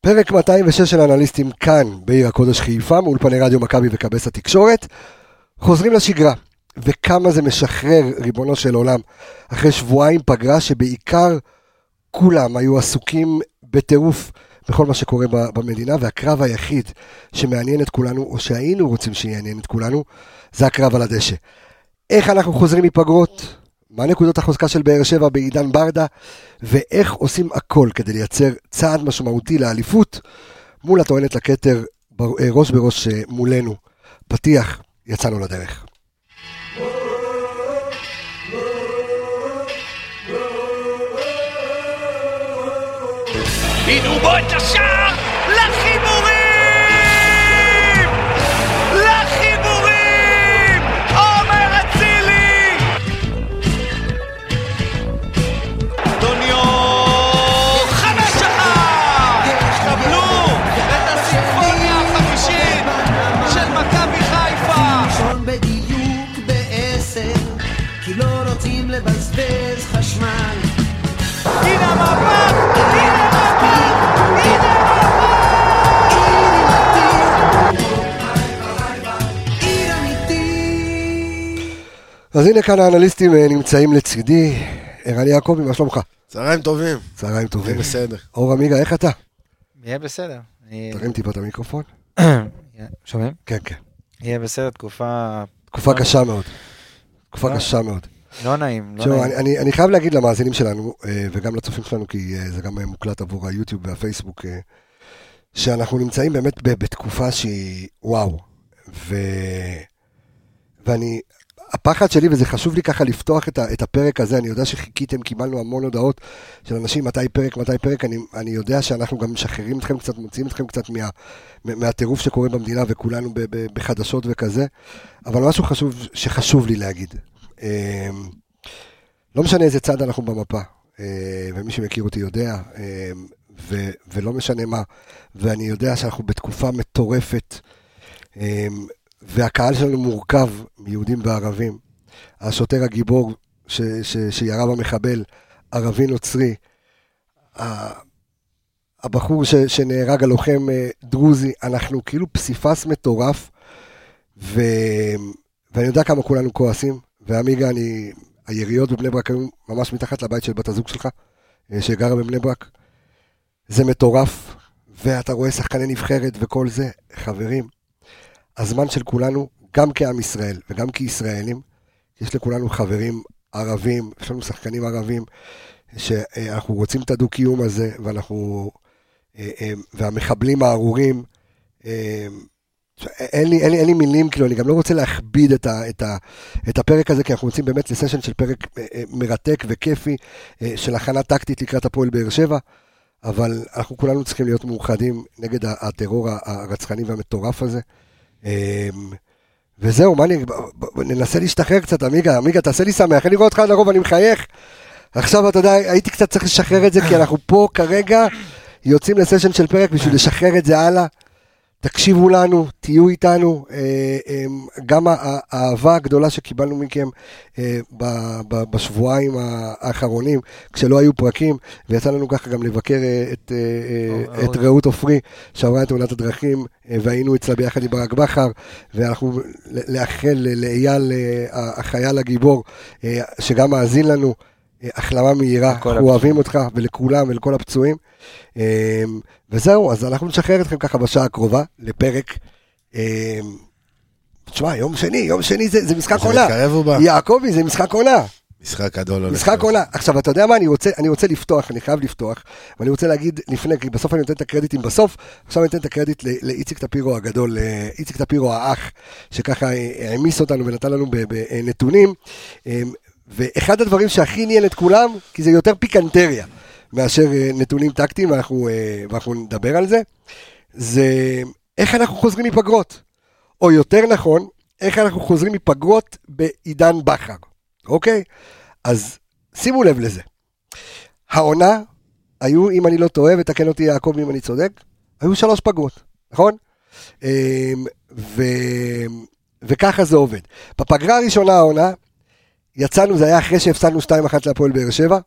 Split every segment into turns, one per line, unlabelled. פרק 206 של אנליסטים כאן, בעיר הקודש חיפה, מאולפני רדיו מכבי וכבס התקשורת. חוזרים לשגרה, וכמה זה משחרר, ריבונו של עולם, אחרי שבועיים פגרה שבעיקר כולם היו עסוקים בטירוף בכל מה שקורה ב- במדינה, והקרב היחיד שמעניין את כולנו, או שהיינו רוצים שיעניין את כולנו, זה הקרב על הדשא. איך אנחנו חוזרים מפגרות? מה נקודות החוזקה של באר שבע בעידן ברדה? ואיך עושים הכל כדי לייצר צעד משמעותי לאליפות מול הטוענת לכתר בר- אה, ראש בראש אה, מולנו. פתיח, יצאנו לדרך.
בדרובות השער לחיבורים! לחיבורים! עומר אצילי! אדוניו! חמש אחת! קבלו את הסימפוניה החמישית של מכבי חיפה!
ראשון בדיוק בעשר, כי לא רוצים לבזבז חשמל.
הנה המאבק! הנה המאבק! הנה
עיר אמיתית!
אז הנה כאן האנליסטים אה, נמצאים לצידי. ערן יעקבי, מה שלומך?
צהריים טובים.
צהריים טובים.
זה בסדר. כן.
אור עמיגה, איך אתה?
יהיה בסדר. אני-
תרים טיפה את המיקרופון.
שומעים?
כן, כן.
יהיה בסדר, תקופה
תקופה קשה מאוד. תקופה
אה.
קשה מאוד.
לא נעים, לא
תשמעו,
נעים.
אני- אני- אני חייב להגיד למאזינים שלנו, אה, וגם לצופים שלנו, כי אה, זה גם אה, מוקלט עבור היוטיוב והפייסבוק, אה, שאנחנו נמצאים באמת ב- בתקופה שהיא וואו. ו... ואני, הפחד שלי, וזה חשוב לי ככה לפתוח את, ה, את הפרק הזה, אני יודע שחיכיתם, קיבלנו המון הודעות של אנשים, מתי פרק, מתי פרק, אני, אני יודע שאנחנו גם משחררים אתכם קצת, מוציאים אתכם קצת מה, מה- מהטירוף שקורה במדינה, וכולנו ב, ב, בחדשות וכזה, אבל משהו חשוב, שחשוב לי להגיד. אמ, לא משנה איזה צד אנחנו במפה, אה, ומי שמכיר אותי יודע, אה, ו- ולא משנה מה, ואני יודע שאנחנו בתקופה מטורפת, אה, והקהל שלנו מורכב מיהודים וערבים. השוטר הגיבור ש- ש- שירה במחבל, ערבי נוצרי, ה- הבחור ש- שנהרג, הלוחם אה, דרוזי, אנחנו כאילו פסיפס מטורף, ו... ואני יודע כמה כולנו כועסים, ועמיגה, אני היריות בבני ברק היו ממש מתחת לבית של בת הזוג שלך, אה, שגרה בבני ברק. זה מטורף, ואתה רואה שחקני נבחרת וכל זה. חברים, הזמן של כולנו, גם כעם ישראל וגם כישראלים, יש לכולנו חברים ערבים, יש לנו שחקנים ערבים, שאנחנו רוצים את הדו-קיום הזה, ואנחנו... אה, אה, והמחבלים הארורים, אה, אין לי, אין, לי, אין לי מילים, כאילו, אני גם לא רוצה להכביד את, ה, את, ה, את הפרק הזה, כי אנחנו יוצאים באמת לסשן של פרק אה, אה, מרתק וכיפי, אה, של הכנה טקטית לקראת הפועל באר שבע, אבל אנחנו כולנו צריכים להיות מאוחדים נגד ה- הטרור ה- הרצחני והמטורף הזה. אה, וזהו, מה אני, ב- ב- ננסה להשתחרר קצת, עמיגה, עמיגה, תעשה לי שמח, אני רואה אותך עד הרוב, אני מחייך. עכשיו, אתה יודע, הייתי קצת צריך לשחרר את זה, כי אנחנו פה כרגע יוצאים לסשן של פרק בשביל לשחרר את זה הלאה. תקשיבו לנו, תהיו איתנו, אה, אה, גם הא- האהבה הגדולה שקיבלנו מכם אה, ב- ב- בשבועיים ה- האחרונים, כשלא היו פרקים, ויצא לנו ככה גם לבקר אה, את, אה, אה,
אור-
את רעות עופרי, שעברה את תאונת הדרכים, אה, והיינו אצלה ביחד עם ברק בכר, ואנחנו ל- לאחל ל- לאייל, אה, ה- החייל הגיבור, אה, שגם מאזין לנו, אה, החלמה מהירה,
לכל
אנחנו אוהבים אותך, ולכולם ולכל הפצועים. אמ, וזהו, אז אנחנו נשחרר אתכם ככה בשעה הקרובה לפרק. אמ, תשמע, יום שני, יום שני זה, זה משחק
זה
עונה.
מתקרב או בא?
יעקבי, זה משחק עונה.
משחק גדול הולך.
משחק עונה. עכשיו, אתה יודע מה, אני רוצה, אני רוצה לפתוח, אני חייב לפתוח, ואני רוצה להגיד לפני, כי בסוף אני נותן את הקרדיטים בסוף, עכשיו אני נותן את הקרדיט ל- לאיציק טפירו הגדול, אה, איציק טפירו האח, שככה אה, העמיס אותנו ונתן לנו בנתונים, אה, ואחד הדברים שהכי עניין את כולם, כי זה יותר פיקנטריה מאשר אה, נתונים טקטיים, ואנחנו, אה, ואנחנו נדבר על זה, זה איך אנחנו חוזרים מפגרות, או יותר נכון, איך אנחנו חוזרים מפגרות בעידן בכר, אוקיי? אז שימו לב לזה. העונה, היו, אם אני לא טועה, ותקן אותי יעקב אם אני צודק, היו שלוש פגרות, נכון? אמ, ו... וככה זה עובד. בפגרה הראשונה העונה, יצאנו, זה היה אחרי שהפסדנו 2-1 להפועל באר שבע,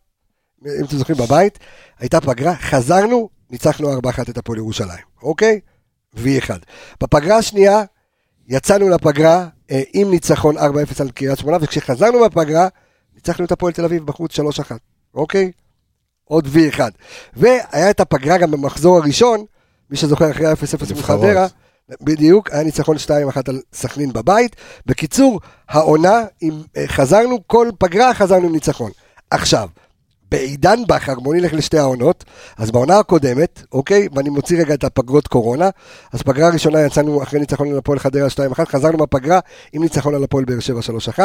אם אתם זוכרים בבית, הייתה פגרה, חזרנו ניצחנו 4-1 את הפועל ירושלים, אוקיי? V1. בפגרה השנייה, יצאנו לפגרה אה, עם ניצחון 4-0 על קריית שמונה, וכשחזרנו מהפגרה, ניצחנו את הפועל תל אביב בחוץ 3-1, אוקיי? עוד V1. והיה את הפגרה גם במחזור הראשון, מי שזוכר אחרי 0-0 מול
נבחרות.
חדרה, בדיוק, היה ניצחון 2-1 על סכנין בבית. בקיצור, העונה, אם אה, חזרנו, כל פגרה חזרנו עם ניצחון. עכשיו, בעידן בכר, בואו נלך לשתי העונות, אז בעונה הקודמת, אוקיי, ואני מוציא רגע את הפגרות קורונה, אז פגרה ראשונה יצאנו אחרי ניצחון על הפועל חדרה 2-1, חזרנו מהפגרה עם ניצחון על הפועל באר שבע 3-1,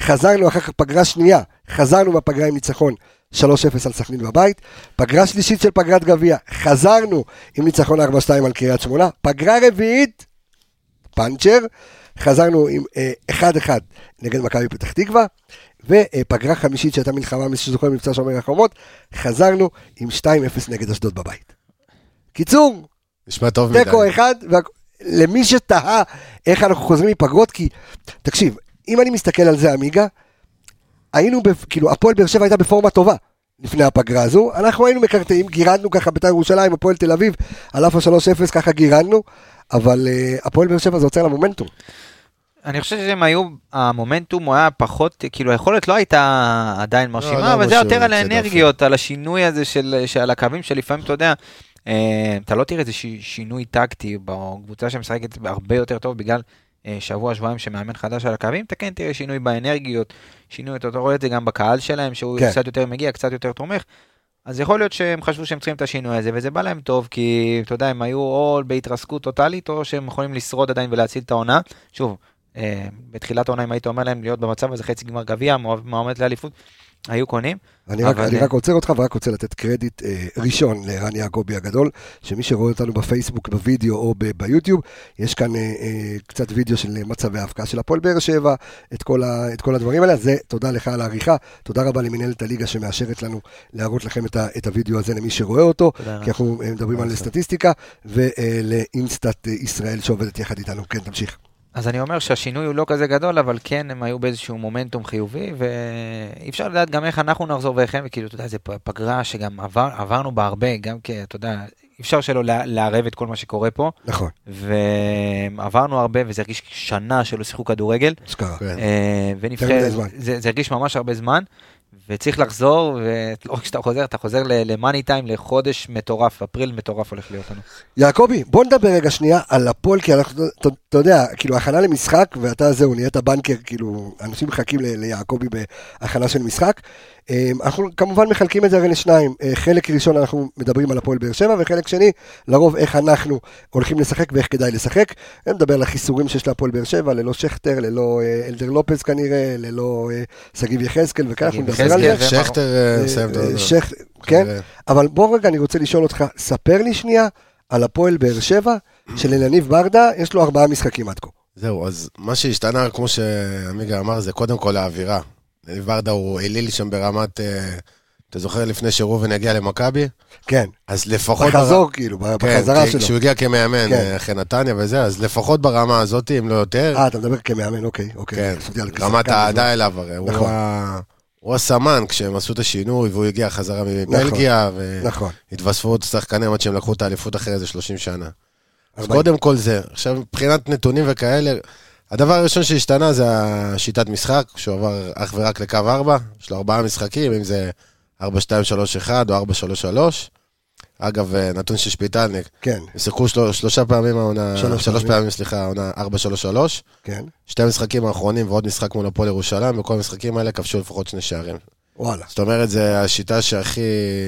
חזרנו אחר כך פגרה שנייה, חזרנו מהפגרה עם ניצחון 3-0 על סכנין בבית, פגרה שלישית של פגרת גביע, חזרנו עם ניצחון 4-2 על קריית שמונה, פגרה רביעית, פאנצ'ר, חזרנו עם אה, 1-1 נגד מכבי פתח תקווה, ופגרה חמישית שהייתה מלחמה, מי שזוכר מבצע שומר החומות, חזרנו עם 2-0 נגד אשדוד בבית. קיצור,
נשמע טוב מדי.
תיקו אחד, וה- למי שתהה איך אנחנו חוזרים מפגרות, כי, תקשיב, אם אני מסתכל על זה, עמיגה, היינו, ב, כאילו, הפועל באר שבע הייתה בפורמה טובה לפני הפגרה הזו, אנחנו היינו מקרטעים, גירדנו ככה בית"ר ירושלים, הפועל תל אביב, על אף ה-3-0, ככה גירדנו, אבל אה, הפועל באר שבע זה עוצר לה מומנטום.
אני חושב שהם היו, המומנטום הוא היה פחות, כאילו היכולת לא הייתה עדיין מרשימה,
לא
אבל זה
משהו
יותר על
יוצא
האנרגיות, על השינוי הזה של, של הקווים, שלפעמים אתה יודע, אה, אתה לא תראה איזה ש- שינוי טקטי בקבוצה שמשחקת הרבה יותר טוב בגלל אה, שבוע, שבועיים שמאמן חדש על הקווים, אתה כן תראה שינוי באנרגיות, שינוי, אתה רואה את זה גם בקהל שלהם, שהוא
כן.
כן. קצת יותר מגיע, קצת יותר תומך. אז יכול להיות שהם חשבו שהם צריכים את השינוי הזה, וזה בא להם טוב, כי אתה יודע, הם היו או בהתרסקות טוטאלית, או שהם יכולים לשרוד עדיין ולהציל את העונה. שוב, אה, בתחילת העונה, אם היית אומר להם להיות במצב הזה חצי גמר גביע, מועמד- מועמד לאליפות, היו קונים.
אני רק,
אבל,
אני
אה,
רק עוצר אותך ורק רוצה לתת קרדיט אה, ראשון לערן יעקבי הגדול, שמי שרואה אותנו בפייסבוק, בווידאו או ב- ביוטיוב, יש כאן אה, אה, קצת וידאו של אה, מצבי ההפקעה של הפועל באר שבע, את כל, ה, את כל הדברים האלה, אז זה תודה לך על העריכה, תודה רבה למנהלת הליגה שמאשרת לנו להראות לכם את, ה, את הוידאו הזה למי שרואה אותו,
תודה רבה.
כי אנחנו אה, מדברים על סטטיסטיקה, ולאינסטאט אה, ישראל שעובדת יחד איתנו, כן תמשיך.
אז אני אומר שהשינוי הוא לא כזה גדול, אבל כן, הם היו באיזשהו מומנטום חיובי, ואי אפשר לדעת גם איך אנחנו נחזור ואיך הם, וכאילו, אתה יודע, זו פ- פגרה שגם עבר, עברנו בה הרבה, גם כי, אתה יודע, אי אפשר שלא לה- לערב את כל מה שקורה פה,
נכון,
ועברנו הרבה, וזה הרגיש שנה שלא שיחקו כדורגל.
שקרה.
כן.
אה,
יותר מדי
ונבחרת,
זמן.
זה זה הרגיש ממש הרבה זמן, וצריך לחזור, ולא רק כשאתה חוזר, אתה חוזר ל- למאני טיים לחודש מטורף, אפריל מטורף הולך להיות לנו.
יעקבי, בוא נדבר רגע שנייה על הפועל, כי אנחנו, אתה- אתה יודע, כאילו הכנה למשחק, ואתה זהו, נהיית בנקר, כאילו, אנשים מחכים ל- ליעקבי בהכנה של משחק. אה, אנחנו כמובן מחלקים את זה הרי לשניים, אה, חלק ראשון אנחנו מדברים על הפועל באר שבע, וחלק שני, לרוב איך אנחנו הולכים לשחק ואיך כדאי לשחק. אני מדבר על החיסורים שיש להפועל באר שבע, ללא שכטר, ללא אה, אלדר לופז כנראה, ללא אה, שגיב יחזקאל, וכאן אנחנו
שגיב
נדבר על זה.
יחזקאל.
שכטר אה,
אה,
מסיים את
אה,
העונה.
שכטר, כן? אבל בוא רגע, אני רוצה לשאול אותך, ספר לי שנייה על הפועל באר שבע, שללניב ברדה יש לו ארבעה משחקים עד כה.
זהו, אז מה שהשתנה, כמו שעמיגה אמר, זה קודם כל האווירה. אלי ברדה הוא אליל שם ברמת... אה, אתה זוכר לפני שראובן הגיע למכבי?
כן,
אז לפחות...
בחזור כאילו, ב-
כן,
בחזרה
כי-
שלו.
כשהוא הגיע כמאמן
כן.
אה, אחרי נתניה וזה, אז לפחות ברמה הזאת, אם לא יותר,
אה, אתה מדבר כמאמן, אוקיי,
כן,
אוקיי. חשבתי על כשחקן,
רמת האהדה אליו הרי. הוא
נכון.
ה- הוא הסמן כשהם עשו את השינוי, והוא הגיע חזרה מבלגיה,
נכון, נכון,
והתווספו עוד שחקנים עד שהם לקחו את האליפות אחרי איזה 30 שנה. אז
ארבעים.
קודם כל זה. עכשיו, מבחינת נתונים וכאלה, הדבר הראשון שהשתנה זה השיטת משחק, שהוא עבר אך ורק לקו 4, יש לו ארבעה משחקים, אם זה 4-2-3-1 או 4-3-3. אגב, אה, נתון של שפיטלניק,
כן,
הם שיחקו של... שלושה פעמים העונה,
שלוש
שלוש
פעמים.
פעמים, סליחה, העונה 4-3-3.
כן,
שתי המשחקים האחרונים ועוד משחק מול הפועל ירושלים, בכל המשחקים האלה כבשו לפחות שני שערים.
וואלה.
זאת אומרת, זו השיטה שהכי...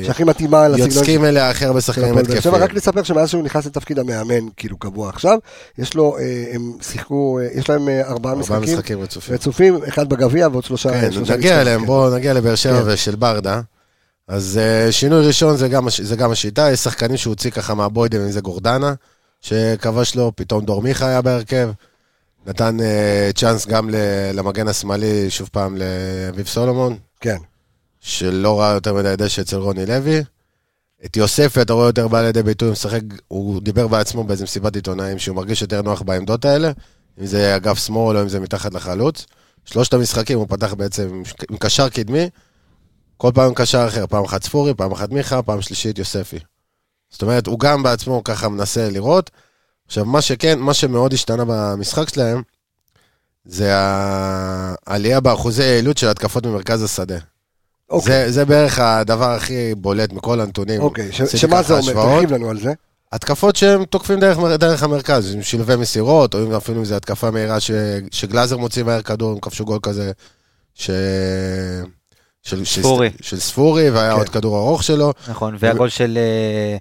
שהכי מתאימה לסגנון
יוצקים אליה הכי הרבה
של
שחקנים
הפועל באר
התקפיים.
שבע. רק לספר שמאז שהוא נכנס לתפקיד המאמן, כאילו קבוע עכשיו, יש לו, אה, הם שיחקו, אה, יש להם אה, ארבעה
ארבעה
משחקים
משחקים רצופים.
רצופים, אחד בגביע ועוד שלושה...
כן,
שלושה
נגיע
משחקים.
אליהם,
כן.
בואו נגיע לבאר שבע
כן.
ושל ברדה. אז אה, שינוי ראשון זה גם הש- זה גם השיטה, יש שחקנים שהוא הוציא ככה מהבוידם, אם זה גורדנה, שכבש לו, פתאום דור מיכה היה בהרכב. נתן אה, צ'אנס גם ל- למגן השמאלי, שוב פעם, לאביב סולומון,
כן,
שלא ראה יותר מדי דשא אצל רוני לוי. את יוספי אתה רואה יותר בא לידי ביטוי, הוא משחק, הוא דיבר בעצמו באיזה מסיבת עיתונאים שהוא מרגיש יותר נוח בעמדות האלה, אם זה אגף שמאל או אם זה מתחת לחלוץ. שלושת המשחקים הוא פתח בעצם עם ש- עם קשר קדמי, כל פעם עם קשר אחר, פעם אחת ספורי, פעם אחת מיכה, פעם שלישית יוספי. זאת אומרת, הוא גם בעצמו ככה מנסה לראות. עכשיו, מה שכן, מה שמאוד השתנה במשחק שלהם, זה העלייה באחוזי היעילות של התקפות ממרכז השדה.
אוקיי,
זה, זה בערך הדבר הכי בולט מכל הנתונים.
אוקיי, ש-
כאילו, עשיתי
שמה
ככה
זה אומר?
השוואות.
תרחיב לנו על זה.
התקפות שהם תוקפים דרך, דרך המרכז, עם שלבי מסירות, או אם- אפילו אם זו התקפה מהירה ש, שגלאזר מוציא מהר כדור, הם כבשו גול כזה, ש... של
ספורי.
של, של ספורי, והיה
כן.
עוד כדור ארוך שלו.
נכון, והגול של אה,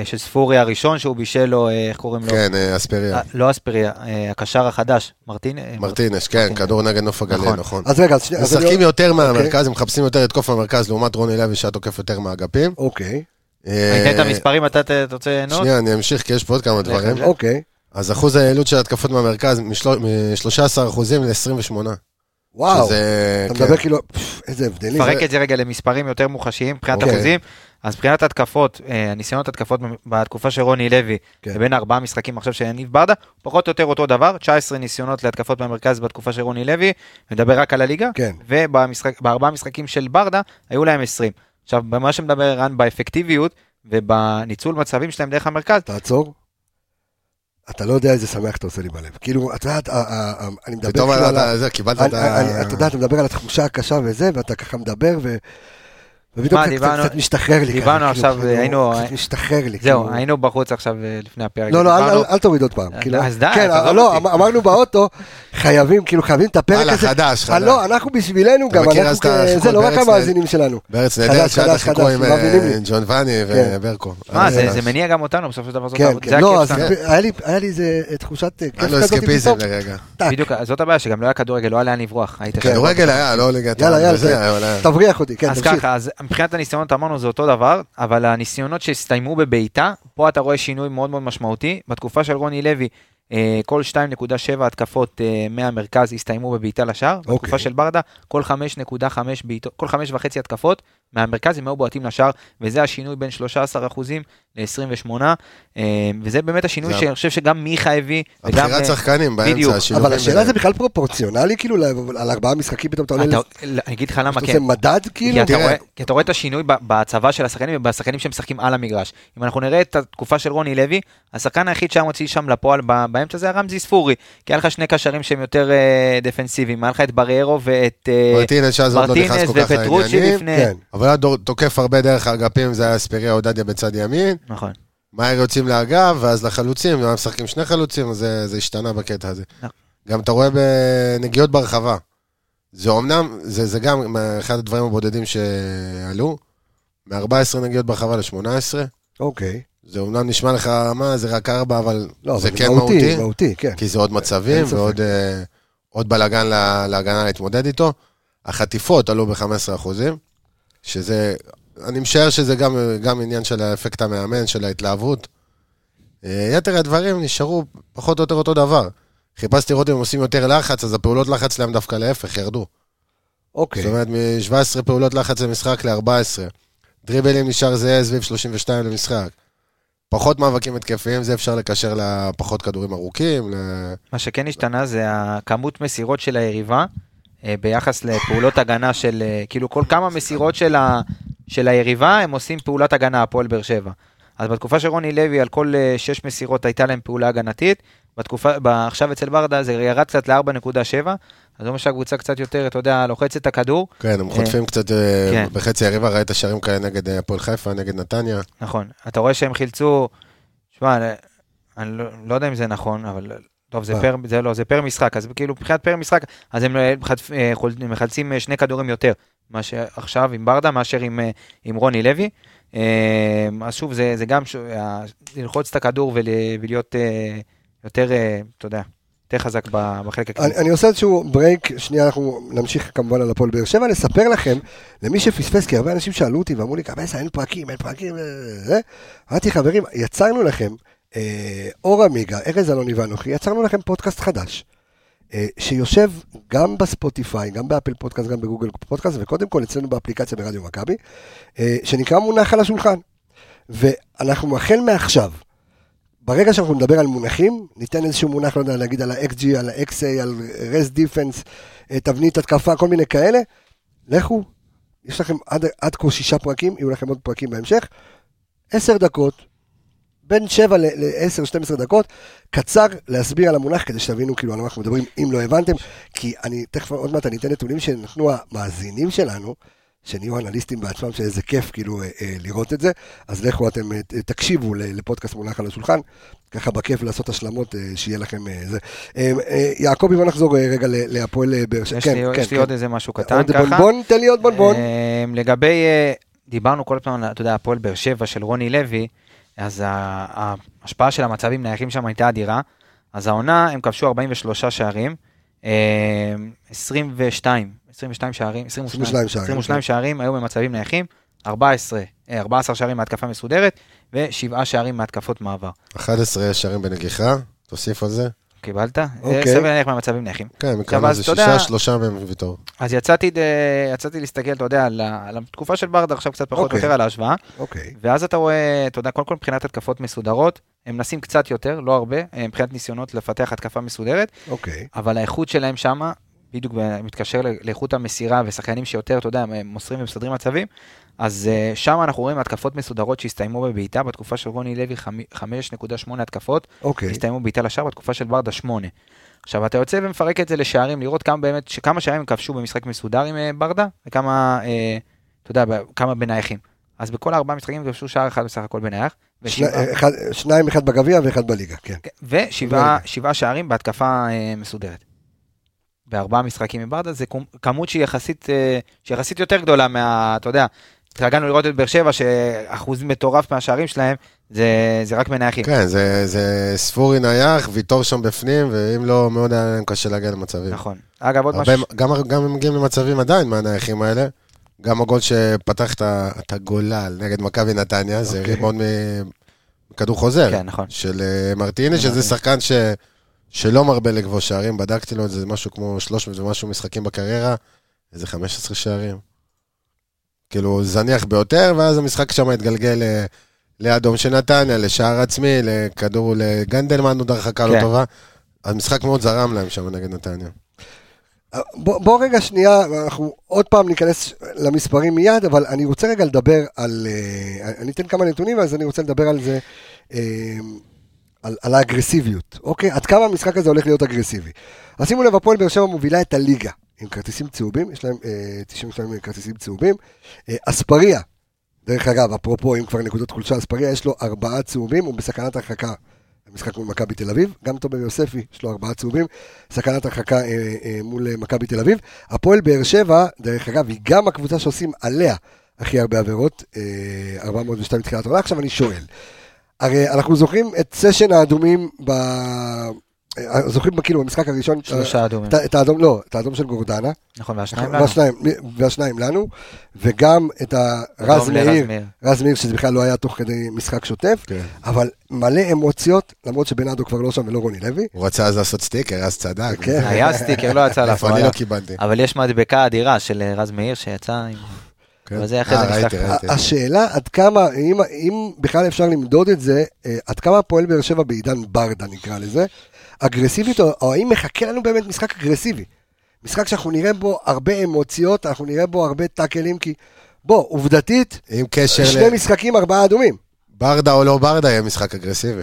אה, של ספורי הראשון שהוא בישל לו, אה, איך קוראים לו?
כן, אה, אספריה.
אה, לא אספריה, אה, הקשר החדש, מרטין? אה,
מרטינש, כן,
מרטינש.
כדור נגד נוף הגליל,
נכון.
נכון.
אז רגע, אז שנייה. אז אני-
משחקים יותר
אוקיי.
מהמרכז, הם מחפשים יותר את קוף המרכז, לעומת רוני לוי שהיה תוקף יותר מהאגפים.
אוקיי,
אני אתן את
אה,
המספרים, אתה ת- אתה רוצה ליהנות?
שנייה, אני אמשיך, כי יש פה עוד כמה דברים.
זה-
אוקיי.
אז אחוז היעילות של התקפות מהמרכז, מ-13 אחוזים ל-28.
וואו,
שזה...
אתה
כן.
מדבר כאילו, פפ, איזה הבדלים.
תפרק את זה רגע למספרים יותר מוחשיים מבחינת
אוקיי.
אחוזים. אז מבחינת התקפות, אה, הניסיונות התקפות בתקופה של רוני לוי,
כן.
לבין ארבעה משחקים עכשיו של יניב ברדה, פחות או יותר אותו דבר, 19 ניסיונות להתקפות מהמרכז בתקופה של רוני לוי, מדבר רק על הליגה,
כן.
ובארבעה משחקים של ברדה היו להם 20. עכשיו, במה שמדבר ערן באפקטיביות ובניצול מצבים שלהם דרך המרכז,
תעצור. אתה לא יודע איזה שמח אתה עושה לי בלב. כאילו, את יודעת, ה- ה- ה- אני מדבר
פתאום
כאילו על ה-
אתה- זה, קיבלת
על-
את ה...
על- אתה יודע, אתה מדבר על התחושה הקשה וזה, ואתה ככה מדבר, ו... ופתאום
מה,
זה קצת
דיברנו-
קצת משתחרר לי.
דיברנו
ככה,
עכשיו,
כאילו, כאילו,
היינו-
קצת משתחרר לי.
זהו,
כאילו.
היינו בחוץ עכשיו אה, לפני הפרק.
לא, לא, אל-
דיברנו-
אל- אל תוריד עוד פעם.
אז-
כאילו,
אז די,
כן,
תעזוב
לא,
אותי.
אמ- אמרנו באוטו, חייבים, כאילו, חייבים את הפרק
הלאה,
הזה.
חדש,
אה,
חדש.
לא, אנחנו בשבילנו גם,
מכיר
אנחנו,
אז את
כ-
החיקוי
זה לא רק
בארץ
המאזינים שלנו.
בארץ
חדש,
נהדרת, שהיה את
חדש,
החיקוי עם
חדש, מאמינים לי.
אה, ג'ון ואני
כן.
וברקו. אה, לא,
מה, זה
חדש.
זה מניע גם אותנו בסופו של דבר, זאת
כן,
העבודה,
כן,
זה
לא,
הכיף
אז
שלנו.
היה לי- היה לי איזה תחושת אה, כיף
היה לו
כזאת
לא, אסקפיזם
פתאום.
לרגע.
טק.
בדיוק, זאת הבעיה, שגם לא היה כדורגל, לא היה לאן לברוח. היית שם.
כדורגל היה, לא ליגת...
כן. יאללה,
העל
יאללה,
וזה,
כן.
אבל אה, היה-
תבריח אותי, כן,
אז
תמשיך.
ככה, אז מבחינת הניסיונות אמרנו זה אותו דבר, אבל הניסיונות שהסתיימו בבעיטה, פה אתה רואה שינוי מאוד מאוד משמעותי. בתקופה של רוני לוי, אה, כל 2.7 התקפות אה, מהמרכז הסתיימו בבעיטה לשער.
אוקיי.
בתקופה של ברדה, כל 5.5 בעיטות, כל 5.5 התקפות מהמרכז הם היו בועטים לשער, וזה השינוי בין 13% ל-28%, אה, וזה באמת השינוי
זה-
שאני חושב שגם מיכה הביא, וגם...
הבחירת
אה,
שחקנים
בדיוק.
באמצע, השילובים.
אבל השאלה
ביניהם.
זה בכלל פרופורציונלי, כאילו, ל- על ארבעה משחקים פתאום אתה עולה,
אתה-
לס-
אני אגיד לך למה
אתה
כן.
עושה מדד, כאילו?
כי אתה,
תראה.
רואה, כי אתה רואה את השינוי ב- בהצבה של השחקנים ובשחקנים שמשחקים על המגרש. אם אנחנו נראה את התקופה של רוני לוי, השחקן היחיד שהיה מוציא שם לפועל ב- באמצע זה היה רמזי ספורי. כי היה לך שני קשרים שהם יותר אה, דפנסיביים, היה לך את בריירו ואת אה,
מרטינס, שאז עוד לא נכנס
מרטינס
כל כך
ופטרוצ'י
לעניינים.
לפני...
כן.
אבל היה דור- תוקף הרבה דרך האגפים, זה היה אספריה עודדיה בצד ימין.
נכון.
מהר יוצאים לאגף, ואז לחלוצים, ואז משחקים שני חלוצים, אז זה, זה השתנה בקטע הזה.
נכון.
גם אתה רואה בנגיעות ברחבה. זה אומנם, זה, זה גם אחד הדברים הבודדים שעלו, מ-14 נגיעות ברחבה ל-18.
אוקיי.
זה אומנם נשמע לך, מה, זה רק ארבע, אבל
לא,
זה
אבל
כן מהותי,
מהותי, כן.
כי זה עוד מצבים
אין ספק.
ועוד אה, עוד בלאגן לה- להגנה להתמודד איתו. החטיפות עלו ב-15 אחוזים, שזה, אני משער שזה גם, גם עניין של האפקט המאמן, של ההתלהבות. אה, יתר הדברים נשארו פחות או יותר אותו דבר. חיפשתי לראות אם הם עושים יותר לחץ, אז הפעולות לחץ שלהם דווקא להפך, ירדו.
אוקיי.
זאת אומרת, מ-17 פעולות לחץ למשחק ל-14. דריבלים נשאר זהה סביב 32 למשחק. פחות מאבקים התקפיים, זה אפשר לקשר לפחות כדורים ארוכים, ל-
מה שכן השתנה זה הכמות מסירות של היריבה אה, ביחס לפעולות הגנה של, אה, כאילו כל כמה מסירות של, ה, של היריבה הם עושים פעולת הגנה, הפועל באר שבע. אז בתקופה של רוני לוי על כל אה, שש מסירות הייתה להם פעולה הגנתית, בתקופה, ב, עכשיו אצל ברדה זה ירד קצת ל-4.7, אז זה אומר שהקבוצה קצת יותר, אתה יודע, לוחצת את הכדור,
כן, הם חוטפים קצת אה,
כן.
בחצי היריבה, ראית שערים כאלה נגד אה, הפועל חיפה, נגד נתניה.
נכון, אתה רואה שהם חילצו, שמע, אני- אני לא, לא יודע אם זה נכון, אבל טוב, זה
מה?
פר, זה לא, זה פר משחק, אז כאילו מבחינת פר משחק, אז הם אה, חטפ- אה, חול- מחלצים אה, שני כדורים יותר, מה שעכשיו עם ברדה, מאשר עם, אה, עם רוני לוי. אה, אז שוב, זה, זה גם ש... ה- ללחוץ את הכדור ול, ולהיות אה, יותר, אה, אתה יודע, יותר חזק ב- בחלק
אני,
הקדמי.
אני עושה איזשהו ברייק, שנייה אנחנו נמשיך כמובן על הפועל באר שבע, נספר לכם, למי שפספס, כי הרבה אנשים שאלו אותי ואמרו לי, קבסה, אין פרקים, אין פרקים, אה, זה. אמרתי, חברים, יצרנו לכם, אה, אור עמיגה, ארז אלוני ואנוכי, יצרנו לכם פודקאסט חדש, אה, שיושב גם בספוטיפיי, גם באפל פודקאסט, גם בגוגל פודקאסט, וקודם כל אצלנו באפליקציה ברדיו מכבי, אה, שנקרא מונח על השולחן. ואנחנו החל מעכשיו, ברגע שאנחנו נדבר על מונחים, ניתן איזשהו מונח, לא יודע, נגיד על ה-XG, על ה-XA, על רס דיפנס, תבנית התקפה, כל מיני כאלה. לכו, יש לכם עד, עד כה שישה פרקים, יהיו לכם עוד פרקים בהמשך. עשר דקות, בין 7 ל-10-12 דקות, קצר להסביר על המונח כדי שתבינו כאילו על מה אנחנו מדברים, אם לא הבנתם, כי אני תכף עוד מעט אני אתן נתונים שנתנו המאזינים שלנו, שנהיו אנליסטים בעצמם, שאיזה כיף כאילו אה, אה, לראות את זה, אז לכו אתם אה, ת- תקשיבו ל- לפודקאסט מונח על השולחן, ככה בכיף לעשות השלמות, אה, שיהיה לכם אה, זה. אה, אה, יעקבי, בוא נחזור אה, רגע ל- להפועל אה, באר שבע.
יש לי- יש לי עוד איזה משהו קטן
עוד
ככה.
בונבון, תן לי עוד בונבון.
אמ, לגבי, אה, דיברנו כל הזמן, אתה יודע, הפועל באר שבע של רוני לוי, אז ה- ההשפעה של המצבים נייחים שם הייתה אדירה. אז העונה, הם כבשו 43 שערים, אמ, 22, 22 שערים,
22
22
שערים,
22 שערים היו במצבים נייחים, 14, אה, 14 שערים מהתקפה מסודרת, ושבעה שערים מהתקפות מעבר.
11 שערים בנגיחה, תוסיף על זה.
קיבלת?
אוקיי.
אוקיי. סביר להניח מהמצבים נייחים.
כן,
עכשיו,
מכמה
אז
זה
אתה יודע-
שישה, שלושה מהם ויתור.
אז יצאתי, ד- יצאתי להסתכל, אתה יודע, על ה- על התקופה של ברדה, עכשיו קצת פחות או
אוקיי.
יותר על ההשוואה.
אוקיי.
ואז אתה רואה, אתה יודע, קודם כל מבחינת התקפות מסודרות, הם מנסים קצת יותר, לא הרבה, אה, מבחינת ניסיונות לפתח התקפה מסודרת,
אוקיי.
אבל האיכות שלהם שמה, בדיוק ב- מתקשר ל- לאיכות המסירה ושחקנים שיותר, אתה יודע, הם מוסרים ומסדרים מצבים, אז אה, שם אנחנו רואים התקפות מסודרות שהסתיימו בבעיטה, בתקופה של רוני לוי חמ- 5.8 התקפות,
אוקיי.
הסתיימו בעיטה לשער בתקופה של ברדה 8. עכשיו אתה יוצא ומפרק את זה לשערים, לראות כמה באמת, ש- כמה שערים הם כבשו במשחק מסודר עם אה, ברדה, וכמה, אה, אתה יודע, ב- כמה בנייחים. אז בכל ארבעה משחקים כבשו שער אחד בסך הכל בנייח,
שני- אה,
ושבעה-
אחד- שניים, אחד בגביע ואחד בליגה, כן.
כן, ושבעה שבעה שערים בהתקפה אה, מסודרת. בארבעה משחקים עם ברדה, זה כומ- כמות שהיא יחסית, אה, שהיא יחסית יותר גדולה מה... אתה יודע, התרגלנו לראות את באר שבע, שאחוז מטורף מהשערים שלהם, זה, זה רק מנייחים.
כן, זה- זה ספורי נייח, ויתור שם בפנים, ואם לא, מאוד היה להם קשה להגיע למצבים.
נכון. אגב, עוד
הרבה-
משהו...
גם גם הם מגיעים למצבים עדיין מהנייחים האלה. גם הגול שפתח את ה- את הגולל נגד מכבי נתניה, זה
אוקיי.
ריבון מ- מכדור חוזר.
כן, נכון.
של אה, מרטיני, שזה
מרטיני.
שחקן ש... שלא מרבה לכבוש שערים, בדקתי לו את זה, זה משהו כמו 300 ומשהו משחקים בקריירה, איזה 15 שערים. כאילו, זניח ביותר, ואז המשחק שם התגלגל אה, לאדום של נתניה, לשער עצמי, לכדור לגנדלמן, עוד הרחקה לא
כן.
טובה. המשחק מאוד זרם להם שם נגד נתניה.
אה, בוא, בוא רגע שנייה, אנחנו עוד פעם ניכנס למספרים מיד, אבל אני רוצה רגע לדבר על... אה, אני אתן כמה נתונים, אז אני רוצה לדבר על זה, אה, על, על האגרסיביות, אוקיי? עד כמה המשחק הזה הולך להיות אגרסיבי. אז שימו לב, הפועל באר שבע מובילה את הליגה עם כרטיסים צהובים, יש להם אה, 92 כרטיסים צהובים. אה, אספריה, דרך אגב, אפרופו, אם כבר נקודות חולשה, אספריה יש לו ארבעה צהובים, הוא בסכנת הרחקה. המשחק מול מכבי תל אביב, גם טובי יוספי, יש לו ארבעה צהובים, סכנת הרחקה אה, אה, מול אה, מכבי תל אביב. הפועל באר שבע, דרך אגב, היא גם הקבוצה שעושים עליה הכי הרבה עבירות, אה, 402 תחילת עונה. עכשיו אני שואל, הרי אנחנו זוכרים את סשן האדומים, ב... אה, זוכרים כאילו במשחק הראשון,
שלושה אדומים.
את,
אה,
את האדום, לא, את האדום של גורדנה,
נכון, והשניים לנו.
והשניים, והשניים לנו, וגם את הרז
אדום לרז
מאיר,
מאיר.
רז מאיר שזה בכלל לא היה תוך כדי משחק שוטף,
כן.
אבל מלא אמוציות, למרות שבנאדו כבר לא שם ולא רוני לוי.
הוא רצה אז לעשות סטיקר, אז צדק.
כן.
היה סטיקר, לא יצא
איפה
לפועל.
אה, אני לא קיבלתי.
אבל יש מדבקה אדירה של אה, רז מאיר שיצא עם...
כן.
אבל זה אחרי זה
אה, ראיתי,
נשלח.
ראיתי.
השאלה עד כמה, אם, אם בכלל אפשר למדוד את זה, אה, עד כמה הפועל באר שבע בעידן ברדה נקרא לזה, אגרסיבית, או, או האם מחכה לנו באמת משחק אגרסיבי? משחק שאנחנו נראה בו הרבה אמוציות, אנחנו נראה בו הרבה טאקלים, כי בוא, עובדתית,
עם קשר ל...
שני משחקים, ארבעה אדומים.
ברדה או לא ברדה יהיה משחק אגרסיבי.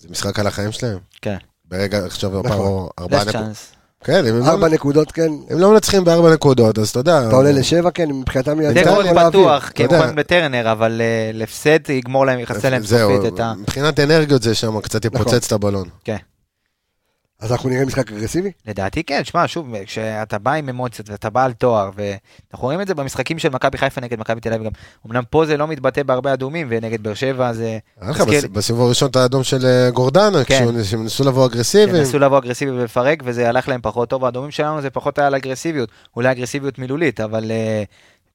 זה משחק על החיים שלהם.
כן.
ברגע, עכשיו,
נכון.
הפעם ארבעה
last
נקודות.
chance.
כן, אם הם לא-
ארבע נקודות, כן,
הם לא מנצחים בארבע נקודות, אז אתה יודע.
אתה עולה לשבע, כן, מבחינתם
זה
יעדיף
גול
כל האוויר.
בטוח, כי הם
אתה יודע.
יכולים בטרנר, אבל אה, להפסד יגמור להם, יחסל להם סופית את ה... כן.
מבחינת אנרגיות זה שם, קצת
נכון.
יפוצץ את הבלון.
אז אנחנו נראה משחק אגרסיבי?
לדעתי כן, שמע, שוב, כשאתה בא עם אמוציות ואתה בא על תואר, ואנחנו רואים את זה במשחקים של מכבי חיפה נגד מכבי תל אביב גם. אמנם פה זה לא מתבטא בהרבה אדומים, ונגד באר שבע זה... כן,
היה לך
מזכיר
בס-
לי.
בסיבוב הראשון את האדום של אה, גורדנה,
כן.
כשהוא- כשהם ניסו לבוא
הם
אגרסיביים.
ניסו לבוא אגרסיבי ולפרק, וזה הלך להם פחות טוב. האדומים שלנו זה פחות היה על אגרסיביות, אולי אגרסיביות מילולית, אבל אה,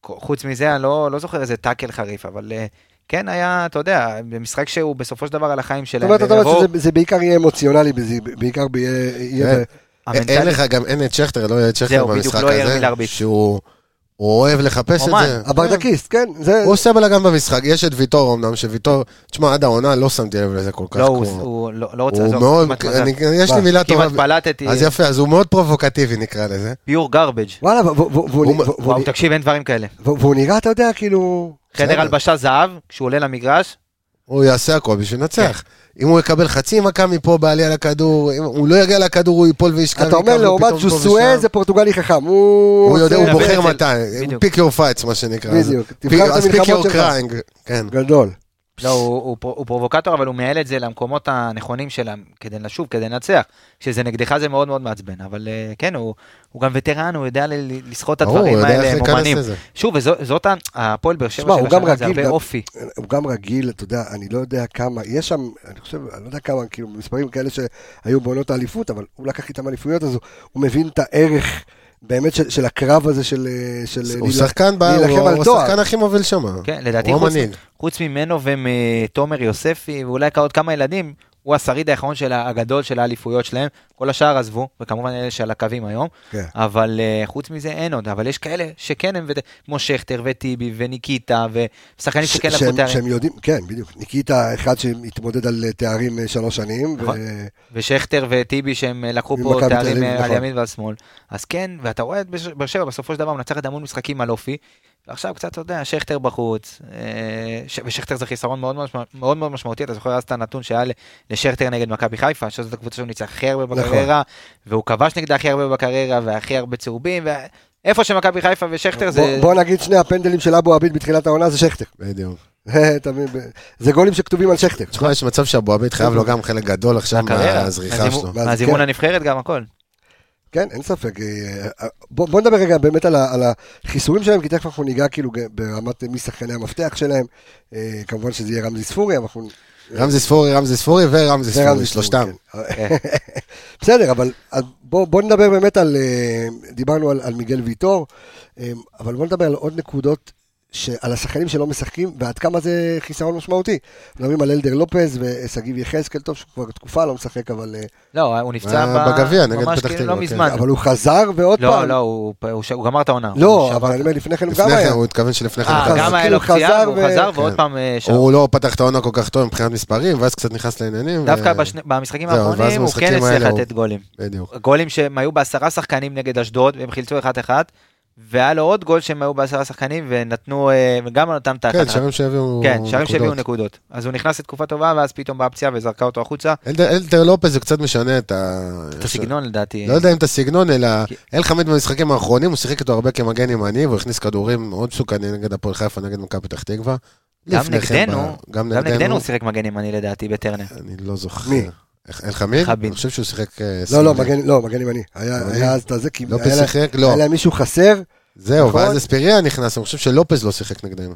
חוץ מזה, אני לא, לא זוכר איזה טאקל חריף, אבל אה, כן היה, אתה יודע, משחק שהוא בסופו של דבר על החיים
זאת
שלהם.
אומרת, אתה
לא
ויבואו-
אומר שזה זה בעיקר יהיה אמוציונלי, זה בעיקר יהיה-
כן.
יהיה...
אין אין
המנטליות-
לך, גם אין את שכטר, לא יהיה את שכטר
זהו, בדיוק,
במשחק
לא יהיה למי
הזה.
להרביץ.
שהוא הוא אוהב לחפש את
אומן.
זה.
הברדקיסט, כן, זה...
הוא עושה בלאגן במשחק, יש את ויטור אמנם, שוויטור, תשמע, עד העונה לא שמתי לב לזה כל כך.
לא,
כמו-
הוא, הוא לא, לא רוצה
הוא
לעזוב.
מאוד,
כמעט
אני-
מזל.
יש לי
מה,
מילה טובה.
כמעט בלטתי,
אז יפה, אז הוא מאוד פרובוקטיבי נקרא לזה.
פיור גרבג'.
וואלה, והוא- והוא- והוא-
הוא-
והוא-
וואו, תקשיב, אין דברים כאלה.
והוא והוא נראה, אתה יודע, כאילו...
חדר
בסדר.
הלבשה זהב, כשהוא עולה למגרש,
הוא יעשה הכל בשביל לנצח.
כן.
אם הוא יקבל חצי מכה מפה בעלייה לכדור, אם הוא לא יגיע לכדור, הוא ייפול וישכב.
אתה אומר
מכאן,
לעומת
ופתאום פה
ז'וסואה
ושם.
זה פורטוגלי חכם, הוא...
הוא יודע,
עושה-
הוא בוחר
בדיוק.
מתי,
בדיוק.
פיק יור פייטס מה שנקרא.
בדיוק.
אז
תבחר את
pick- אז פיק
המלחמות
יור
שלך.
קריינג, כן.
גדול.
לא, הוא, הוא, פרו- הוא פרובוקטור, אבל הוא מייעל את זה למקומות הנכונים שלהם, כדי לשוב, כדי לנצח. כשזה נגדך זה מאוד מאוד מעצבן, אבל אה, כן, הוא, הוא גם וטרן, הוא יודע ל- ל- לסחוט את
ברור,
הדברים
הוא יודע
האלה,
איך
הם
להיכנס
אומנים.
לזה.
שוב, וזאת הפועל באר שבע
שמע, הוא
של
גם
השנה, זה
רגיל
הרבה
גם-
אופי.
הוא גם רגיל, אתה יודע, אני לא יודע כמה, יש שם, אני חושב, אני לא יודע כמה, כאילו, מספרים כאלה שהיו בעונות האליפות, אבל הוא לקח איתם אליפויות, אז הוא- הוא מבין את הערך באמת של, של הקרב הזה של... אה, של אה,
הוא
להילח-
שחקן, ב-
להילחם
הוא
על
הוא
תואר.
השחקן הכי מוביל שם.
כן, לדעתי,
הוא
חוץ,
המנהיג.
חוץ ממנו ומתומר יוספי, ואולי עוד כמה ילדים, הוא השריד האחרון של ה- הגדול של האליפויות שלהם. כל השאר עזבו, וכמובן אלה שעל הקווים היום.
כן.
אבל uh, חוץ מזה אין עוד, אבל יש כאלה שכן הם, ות- כמו שכטר וטיבי וניקיטה, ושחקנים
ש-
שכן לקחו
שהם,
תארים,
שהם יודעים, כן, בדיוק. ניקיטה אחד שהתמודד על אה, תארים אה, שלוש שנים,
נכון.
ו-
ושכטר וטיבי שהם אה, לקחו פה
ממכבי תל
תארים
אביב,
אה, על
נכון.
ימין ועל שמאל. אז כן, ואתה רואה את בש- באר שבע בסופו של דבר מנצחת המון משחקים על אופי. ועכשיו קצת, אתה יודע, שכטר בחוץ, אה, ש- ושכטר זה חיסרון מאוד משמע- מאוד מאוד משמעותי, אתה זוכר אז את הנתון שהיה ל- לשכטר נגד מכבי חיפה, שזאת הקבוצה שהוא ניצח הכי הרבה
נכון.
בקריירה, והוא כבש נגדה הכי הרבה בקריירה, והכי הרבה צהובים, ואיפה שמכבי חיפה ושכטר זה...
בוא, בוא נגיד שני הפנדלים של אבו עביד בתחילת העונה זה שכטר.
בדיוק.
אתה מבין? ב- זה גולים שכתובים על שכטר.
תשמע, יש מצב שאבו עביד חייב לו גם חלק גדול עכשיו
הקריירה.
מהזריחה
מהזימון-
שלו.
מה זה,
מהזימון
כן.
הנבחרת גם הכל.
כן, אין ספק. אה, אה, בוא, בוא נדבר רגע באמת על, ה, על החיסורים שלהם, כי תכף אנחנו ניגע כאילו ג- ברמת אה, מי שחקני המפתח שלהם. אה, כמובן שזה יהיה רמזי ספורי, אבל אנחנו...
רמזי ספורי, רמזי ספורי ורמזי
זה
ספורי, שלושתם.
כן. בסדר, אבל אז בוא, בוא נדבר באמת על... אה, דיברנו על, על מיגל ויטור, אה, אבל בוא נדבר על עוד נקודות. ש... על השחקנים שלא משחקים, ועד כמה זה חיסרון משמעותי. מדברים על אלדר לופז ושגיב יחזקאל, טוב שהוא כבר תקופה לא משחק, אבל, אה,
לא, הוא נפצע
אה,
ב-
בגביע, נגד
ממש
פתח
כאילו
תקווה,
לא
כן.
מזמן.
אבל הוא חזר ועוד
לא,
פעם.
לא, הוא- הוא ש- הוא גמר את העונה. הוא
לא,
שבר
אבל
את
אני אומר, לפני כן הוא גם
לפני כן,
היה.
הוא התכוון שלפני כן. הוא
אה, גם
חזר.
היה
כאילו
לו פציעה,
חזר
והוא
ו-
חזר ועוד
כן.
פעם אה, שם.
הוא לא פתח את העונה כל כך טוב מבחינת מספרים, ואז קצת נכנס לעניינים.
דווקא
ו-
בשני- במשחקים
אה. זהו, ואז
האחרונים הוא כן
במשחקים
הצליח
האלה הוא-
לתת גולים.
בדיוק.
גולים שהם היו בעשרה שחקנים נגד אשדוד, והם חילצו 1-1, והיה לו עוד גול שהם היו בעשרה שחקנים, ונתנו, אה, וגם נתן את
כן,
האחת.
שערים שהביאו
כן, שערים שהביאו
נקודות.
נקודות. אז הוא נכנס לתקופה טובה, ואז פתאום באה פציעה וזרקה אותו החוצה.
אלדר- אלדר לופז זה קצת משנה את ה...
את הסגנון לדעתי.
לא יודע אם את הסגנון, אלא
כי-
אל חמיד במשחקים האחרונים, הוא שיחק איתו הרבה כמגן ימני, והוא הכניס כדורים מאוד מסוכנים נגד הפועל חיפה, נגד מכבי פתח תקווה.
גם
לפני כן
נגדנו,
ב-
גם נגדנו הוא שיחק מגן ימני לדעתי בטרנר.
אני לא זוכר.
מי?
איך- אל חמיד?
חמיד.
אני חושב שהוא שיחק... אה,
לא, לא,
שמאלי.
מגן, לא, מגן ימני. היה
ימני?
היה אז את הזה, כי
לופז
היה לה-
שיחק? לא.
היה להם מישהו חסר.
זהו,
נכון.
ואז אספיריה נכנס, אני חושב שלופז לא שיחק נגדנו.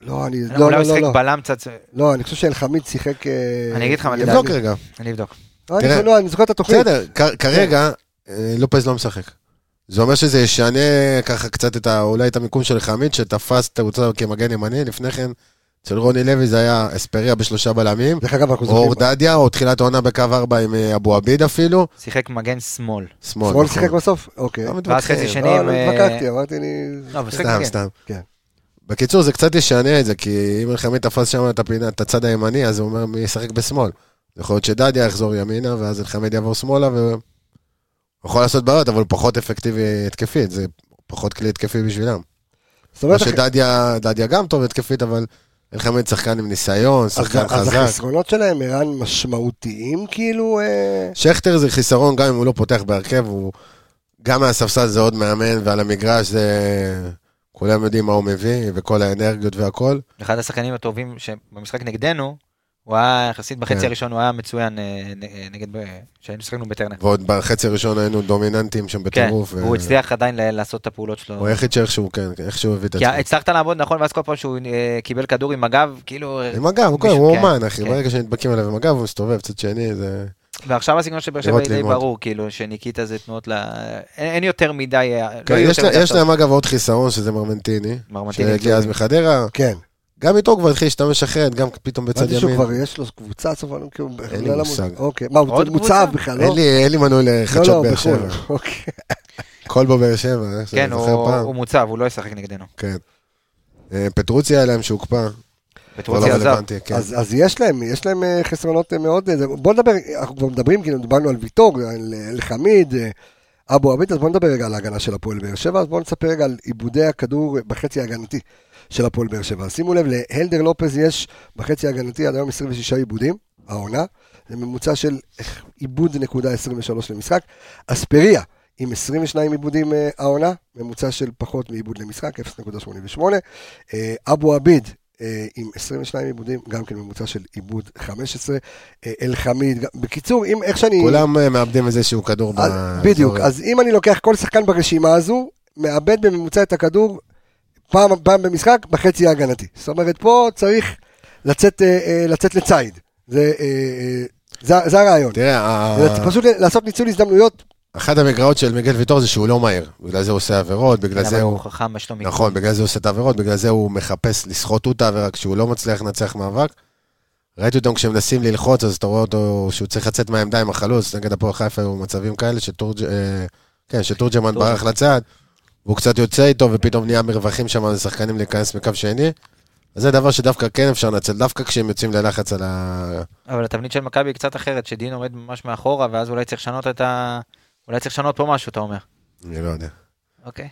לא, אני, לא,
אולי
לא,
הוא
לא,
שיחק
לא.
בלם קצת,
לא, אני חושב שאלחמיד שיחק... אה,
אני אגיד לך מה,
ימני.
תבדוק רגע.
אני אבדוק.
לא, אני
תראה.
זוכר, לא, אני זוכר את התוכנית.
בסדר, כ- כרגע אה, לופז לא משחק. זה אומר שזה ישנה ככה קצת את ה... אולי את המיקום של חמיד, שתפס את הקבוצה כמגן ימני, לפני כן אצל רוני לוי זה היה אספריה בשלושה בלמים,
דרך אגב, אנחנו
או
לא זוכרים.
אורדדיה, או תחילת עונה בקו ארבע עם אה, אבו עביד אפילו,
שיחק מגן שמאל.
שמאל.
שמאל
נכון.
שיחק בסוף? אוקיי.
לא
לא,
ואז
מתווכחים.
חצי שני עם...
לא
אה,
התווכחתי, אמרתי, אני...
לא, אבל שיחק
סתם,
מגן.
סתם.
כן.
בקיצור, זה קצת ישנה את זה, כי אם אלחמיד תפס שם את הפינה, את הצד הימני, אז הוא אומר, מי ישחק בשמאל? יכול להיות שדדיה יחזור ימינה, ואז אלחמיד יעבור שמאלה, והוא יכול לעשות בעיות, אבל הוא פחות אפקטיבי התקפית, זה פחות כלי התקפי בשבילם.
זאת
לא
אומרת,
שדדיה דדיה גם טוב התקפית, אבל אלחמיד שחקן עם ניסיון,
אז-
שחקן
אז
חזק.
החסרונות שלהם, ערן, משמעותיים, כאילו... אה,
שכטר זה חיסרון, גם אם הוא לא פותח בהרכב, הוא... גם מהספסל זה עוד מאמן, ועל המגרש זה... כולם יודעים מה הוא מביא, וכל האנרגיות והכל.
אחד השחקנים הטובים שבמשחק נגדנו, הוא היה יחסית בחצי
כן.
הראשון, הוא היה מצוין אה, נ- אה, נגד... ב- שהיינו שחקנו בטרנר.
ועוד בחצי הראשון היינו דומיננטים שם
כן,
בטירוף.
הוא הצליח עדיין ל- לעשות את הפעולות שלו.
אה, הוא היחיד שאיכשהו, כן, איכשהו הביא את
כי
עצמו.
הצלחת לעמוד נכון, ואז כל פעם שהוא אה, קיבל כדור עם הגב, כאילו... אה,
עם הגב, הוא
מישהו-
הוא
כן,
אומן, אחי,
כן.
ברגע שנדבקים עליו עם הגב, הוא מסתובב, צד שני, זה...
ועכשיו הסגנון של באר שבע
לראות,
היא די
ללמוד.
ברור, כאילו, שניקיטה זה תנועות ל... אין אין יותר מדי... אה, לא
כן,
יהיו
יש
יותר
לה-
מדי
יש להם אגב עוד חיסרון, שזה מרמנטיני.
מרמנטיני,
שהגיע אז
כן.
מחדרה,
כן.
גם איתו הוא כבר התחיל להשתמש אחרת, גם פתאום בצד
הבנתי שהוא
ימין.
כבר, יש לו קבוצה סוף העולם, כאילו... לא יודע למה-
מושג.
אוקיי. מה, הוא
עוד
מוצב
קבוצה?
בכלל, לא?
אין לי- אין לי מנוי
לא, לא,
לחדשות באר
בחו"ל.
שבע.
אוקיי.
כלבו באר שבע, איך שאני
כן,
זוכר
הוא
פעם.
הוא מוצב, הוא לא ישחק נגדנו.
כן. אה, פטרוצי היה להם שהוקפא.
בטרוצי
לא
עזב.
רלוונטי, כן.
אז, אז יש להם, יש להם אה, חסרונות אה, מאוד, אה, זה- בוא נדבר, אנחנו כבר מדברים, כאילו דיברנו על ויטור, על אה, אלחמיד, אה, אבו עביד, אז בוא נדבר רגע על ההגנה של הפועל באר שבע, אז בוא נספר רגע על עיבודי הכדור בחצי ההגנתי של הפועל באר שבע. שימו לב, להלדר לופז יש בחצי ההגנתי עד היום 26 עיבודים, העונה, זה ממוצע של עיבוד נקודה 23 למשחק. אספריה עם 22 עיבודים אה, העונה, ממוצע של פחות מעיבוד למשחק, 0.88. אה, אבו עביד אה, עם 22 עיבודים, גם כן ממוצע של עיבוד 15. אה, אלחמיד, גם- בקיצור, אם איך שאני...
כולם אה, מאבדים איזה שהוא כדור
אז,
באזור.
בדיוק, אז אם אני לוקח כל שחקן ברשימה הזו, מאבד בממוצע את הכדור פעם, פעם במשחק בחצי ההגנתי. זאת אומרת, פה צריך לצאת, אה, אה, לצאת לציד. זה, אה, אה, זה, זה הרעיון.
תראה, ה-
זה פשוט לעשות ניצול הזדמנויות.
אחת המגרעות של מיגל ויטור זה שהוא לא מהיר. בגלל זה הוא עושה עבירות, בגלל
אבל
זה
הוא
הוא...
חכם, יש לו מיקום.
נכון, בגלל זה הוא עושה את העבירות, בגלל זה הוא מחפש לסחוט אותה, ורק כשהוא לא מצליח לנצח מאבק. ראיתי אותם כשמנסים ללחוץ, אז אתה רואה אותו שהוא צריך לצאת מהעמדה עם החלוץ, נגד הפועל חיפה היו מצבים כאלה שטורג'- אה, כן, שטורג'מן
טורג'מן.
ברח לצד, והוא קצת יוצא איתו, ופתאום נהיה מרווחים שם לשחקנים להיכנס מקו שני. אז זה דבר שדווקא כן אפשר לנצל, דווקא כשהם יוצאים ללחץ על ה...
אבל התבנית של מכבי היא קצת אחרת, שדין עומד ממש מאחורה, ואז אולי צריך לשנות את ה... אולי צריך לשנות פה משהו, אתה אומר.
אני לא יודע.
אוקיי.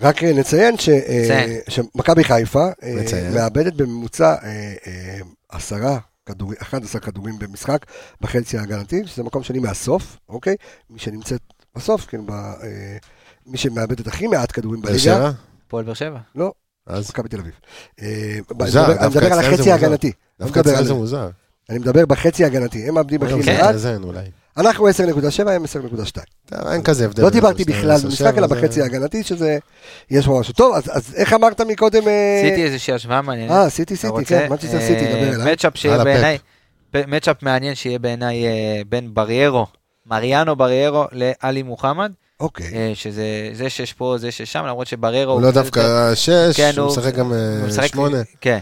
רק אה, נציין ש, אה,
נציין.
שמכבי חיפה אה,
נציין.
מאבדת בממוצע אה, אה, עשרה כדורים, 11 כדורים במשחק בחצי ההגנתי, שזה מקום שני מהסוף, אוקיי? מי שנמצאת בסוף, כן, ב, אה, מי שמאבדת הכי מעט כדורים
באר
בליגה,
שבע?
פועל באר שבע.
לא,
אז
מכבי תל אביב. אה, אני
מוזר,
מדבר-
דווקא
אני מדבר על
אצלם זה
החצי
מוזר.
ההגנתי. לא
דווקא
מדבר
אצלנו
על-
זה אוקיי. מוזר.
אני מדבר בחצי ההגנתי, הם מאבדים הכי
כן.
מעט,
מאזן אולי.
אנחנו 10.7, הם 10.2.
טוב, אין כזה הבדל.
לא
בין
דיברתי
שלושתם
בכלל
לעשר
במשחק,
שבע,
אלא
זה-
בחצי ההגנתי, שזה, יש פה משהו. טוב, אז- אז איך אמרת מקודם? אה,
עשיתי איזושהי השוואה מעניינת.
אה, סיטי
אתה
סיטי,
רוצה?
כן, מצ'סטר סיטי,
אה,
דבר אליי.
מצ'אפ
על
שיהיה
הפאפ.
בעיניי, פ- מצ'אפ מעניין שיהיה בעיניי אה, בין בריירו, מריאנו בריירו לעלי מוחמד,
אוקיי.
אה, שזה זה שש פה, זה שש שם, למרות שבריירו...
הוא לא דווקא שש,
כן,
הוא
הוא-
משחק גם אה,
הוא משחק-
שמונה.
כן.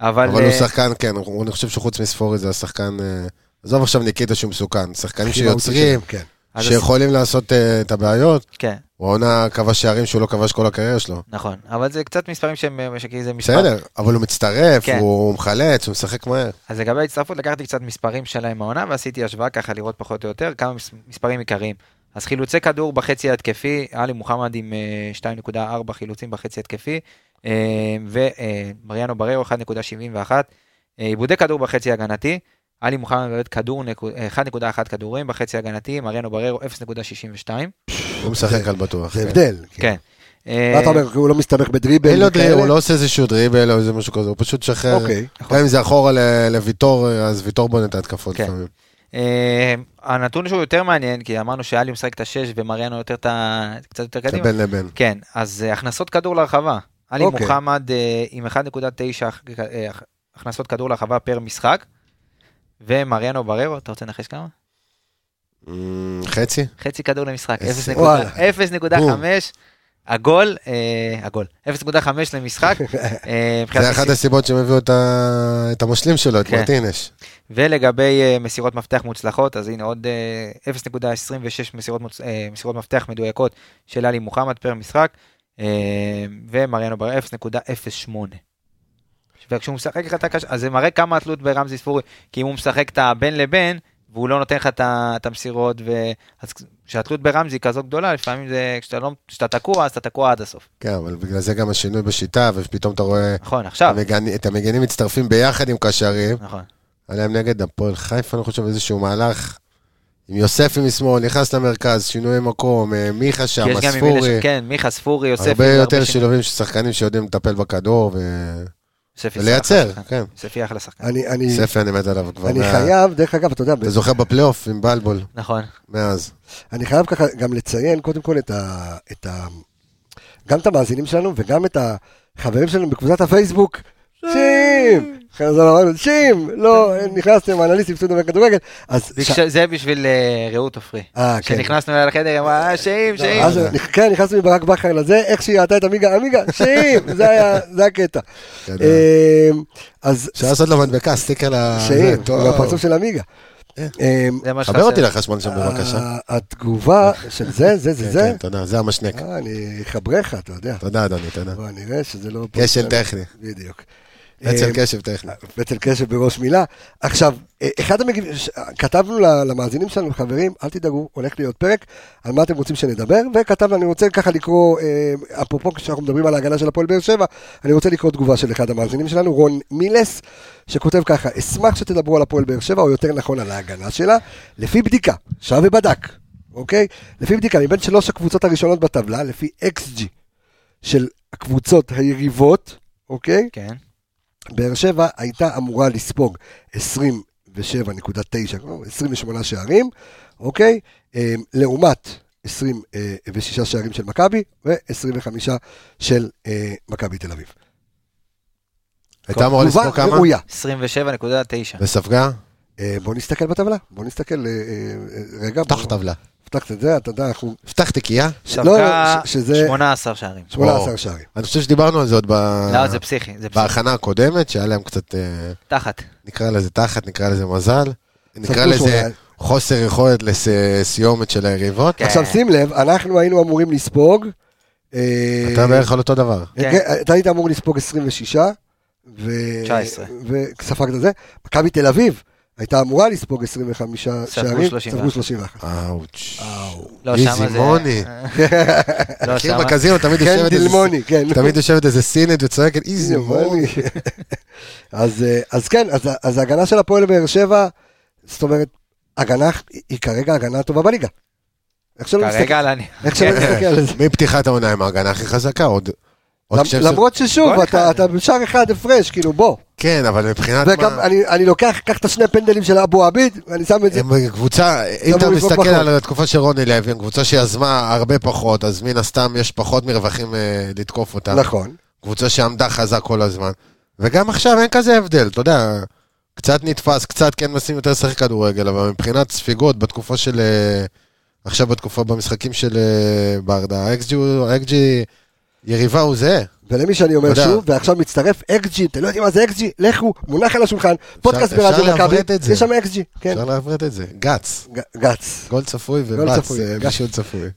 אבל...
אבל הוא
אה,
שחקן, כן, הוא- אני חושב שחוץ מספורי זה השחקן... אה, עזוב עכשיו ניקיטה שהוא מסוכן, שחקנים
הכי מהותי
שיוצרים,
שלהם, כן.
אז-
שיכולים לעשות אה, את הבעיות.
כן,
הוא העונה כבש שערים שהוא לא כבש כל הקריירה שלו.
נכון. אבל זה קצת מספרים שהם... אה, שכאילו זה מספר...
בסדר, אבל הוא מצטרף,
כן.
הוא הוא מחלץ, הוא משחק מהר.
אז לגבי ההצטרפות, לקחתי קצת מספרים שלהם העונה, ועשיתי השוואה ככה לראות פחות או יותר כמה מס- מספרים עיקריים. אז חילוצי כדור בחצי ההתקפי, עלי מוחמד עם אה, 2.4 חילוצים בחצי אה, התקפי, ומריאנו בררו 1.71. אה, עיבודי כדור בחצי הגנתי, עלי מוחמד מאבד כדור, נקו- אה, 1.1 כדורים בחצי הגנתי, מריאנו בררו 0.62.
הוא משחק על בטוח.
זה
כן.
הבדל. כן.
כן.
מה אתה אומר, הוא לא מסתבך בדריבל?
אין לו
וכאלה?
דריבל, הוא לא עושה איזשהו דריבל או איזה משהו כזה, הוא פשוט שחרר.
אוקיי.
גם אם זה אחורה ל- לוויטור, אה, אז ויטור בונה את ההתקפות
כן.
לפעמים.
אה, הנתון שהוא יותר מעניין, כי אמרנו שאלי משחק את השש ומריאנו יותר את ה... קצת יותר
זה
קדימה.
בין לבין.
כן, אז אה, הכנסות כדור לרחבה. עלי
אוקיי.
מוחמד אה, עם 1.9 אה, הכנסות כדור לרחבה פר משחק, ומריאנו בררו, אתה רוצה לנחש כמה?
אמ, חצי?
חצי כדור למשחק,
איזה-
0.5,
וואלה. בום.
עגול, אה, עגול, 0.5 למשחק. אה, מבחינת
זה אחת
מסירות.
הסיבות שהם הביאו את ה- את המשלים שלו, את
כן.
מרטינש.
ולגבי אה, מסירות מפתח מוצלחות, אז הנה עוד אה, 0.26 מסירות, מוצ... אה, מסירות מפתח מדויקות של עלי מוחמד פר משחק, אה, ומריאנו בר 0.08. וכשהוא משחק לך את הקשר, אז זה מראה כמה התלות ברמזי ספורי, כי אם הוא משחק את הבין לבין, והוא לא נותן לך את ה- את המסירות, ו... אז כשהתלות ברמזי היא כזו גדולה, לפעמים זה, כשאתה, לא... כשאתה תקוע, אז אתה תקוע עד הסוף.
כן, אבל בגלל זה גם השינוי בשיטה, ופתאום אתה רואה
נכון, עכשיו.
המגני- את המגנים מצטרפים ביחד עם קשרים.
נכון.
היה להם נגד הפועל חיפה, אני חושב, איזשהו מהלך. עם יוספי משמאל, נכנס למרכז, שינוי מקום, אה, מיכה שם,
כי יש גם עם מי
הספורי.
לש... כן, מיכה ספורי, יוספי.
הרבה
זה
יותר
שינויים.
שילובים של שחקנים שיודעים לטפל בכדור ו-
יוספי זה
ולייצר,
אחלה שחקן.
כן.
יוספי אחלה שחקן.
אני- אני-
ספי אני מת עליו כבר.
אני
מה-
חייב, דרך אגב, אתה יודע,
אתה זוכר בפלייאוף עם בלבול,
נכון.
מאז.
אני חייב ככה גם לציין, קודם כל, את ה- את ה... גם את המאזינים שלנו וגם את החברים שלנו בקבוצת הפייסבוק. שים! חזר אמרנו, שים! לא, נכנסתם, אנליסטים, סטודיו וכדורגל. אז... ש-
ביקש- זה בשביל אה, רעות עופרי.
אה, כן.
כשנכנסנו אליה לחדר, היא אמרה, "אה,
לא,
שאים, שאים.
אז כן, נכנסנו מברק בכר לזה, איך שהיא ראתה את עמיגה, עמיגה, שאים! זה היה, זה הקטע.
כן,
אמ, אז...
אפשר לעשות לו מדבקה, סטיקר ל...
שאים,
טוב.
בפרצוף של עמיגה. אמ,
זה
חבר
מה שחסר.
אותי לחשמל שם בבקשה.
ה- התגובה של זה, זה, אה, זה,
כן,
זה,
כן, תודה, זה המשנק.
אה, אני אחברך, אתה יודע.
תודה, אדוני, תודה.
בוא נראה שזה לא...
כשל טכני.
בדיוק.
אצל
אה,
קשב טכני.
בטל קשב בראש מילה. עכשיו, אה, אחד המגיבים, ש- כתבנו ל- למאזינים שלנו, חברים, אל תדאגו, הולך להיות פרק, על מה אתם רוצים שנדבר, וכתבנו, אני רוצה ככה לקרוא, אה, אפרופו כשאנחנו מדברים על ההגנה של הפועל באר שבע, אני רוצה לקרוא תגובה של אחד המאזינים שלנו, רון מילס, שכותב ככה, אשמח שתדברו על הפועל באר שבע, או יותר נכון על ההגנה שלה, לפי בדיקה, שב ובדק, אוקיי? לפי בדיקה, מבין שלוש הקבוצות הראשונות בטבלה, לפי XG של הקבוצות היריבות, אוקיי?
כן.
באר שבע הייתה אמורה לספוג 27.9, לא, 28 שערים, אוקיי? אה, לעומת 26 שערים של מכבי ו-25 של אה, מכבי תל אביב.
הייתה אמורה
תגובה
לספוג כמה?
ראויה.
27.9.
וספגה?
אה, בוא נסתכל בטבלה, בוא נסתכל אה, אה, רגע.
פתח
בוא-
טבלה.
פתח את זה, אתה יודע, אנחנו...
פתח תיקייה.
ש- לא,
ספגה
ש- שזה
18 שערים.
18
או.
שערים.
אני חושב שדיברנו על זה עוד ב...
לא, זה פסיכי, זה פסיכי.
בהכנה הקודמת, שהיה להם קצת, אה,
תחת.
נקרא לזה תחת, נקרא לזה מזל, נקרא
ספגו
לזה
שמונה.
חוסר יכולת לסיומת של היריבות.
כן.
עכשיו שים לב, אנחנו היינו אמורים לספוג... אה,
אתה בערך על אותו דבר.
כן.
כן, אתה היית אמור לספוג 26, ו...
19.
וספגת זה. מכבי תל אביב הייתה אמורה לספוג 25 שערים,
31.
ספגו 31.
אאוץ'.
אה,
לא,
איזי
שמה זה...
מוני.
לא,
מכיר
שמה-
בקזינו, תמיד
כן,
יושבת איזה-
דילמוני, כן.
תמיד יושבת איזה סינית וצועקת, איזה מוני.
אז, אה, אז כן, אז, אז ההגנה של הפועל באר שבע, זאת אומרת, הגנה, היא כרגע ההגנה הטובה בליגה. איך
לא
שלא נסתכל-
כרגע כן. על אני.
איך שלא נסתכל על זה.
מפתיחת העונה עם ההגנה הכי חזקה, עוד... עוד
למ-
שש-
למרות ששוב,
גול
אתה
אחד.
אתה בשער אחד הפרש, כאילו בוא.
כן, אבל מבחינת
וגם
מה...
אני- אני לוקח, קח את השני פנדלים של אבו עביד, ואני שם את זה.
הם קבוצה, אם אתה
אמור לבעוט
מסתכל
פחות.
על התקופה של רוני לוי, הם קבוצה שיזמה הרבה פחות, אז מן הסתם יש פחות מרווחים אה, לתקוף אותה.
נכון.
קבוצה שעמדה חזק כל הזמן. וגם עכשיו אין כזה הבדל, אתה יודע, קצת נתפס, קצת כן מנסים יותר לשחק כדורגל, אבל מבחינת ספיגות, בתקופה של... אה, עכשיו בתקופה במשחקים של אה, ברדה, האקסג'י הוא- האקסג'י יריבה הוא זהה.
ולמי שאני אומר
תודה.
שוב, ועכשיו מצטרף, אקסג'י, אתם לא יודעים מה זה אקסג'י, לכו, מונח על השולחן, פודקאסט
אפשר
ברדיו מכבי,
לעברת את זה.
יש שם אקסג'י, כן,
אפשר לעברת את זה, גץ.
ג- גץ,
גול צפוי
גול
ובץ,
צפוי,
אה,
גץ.
בישול צפוי.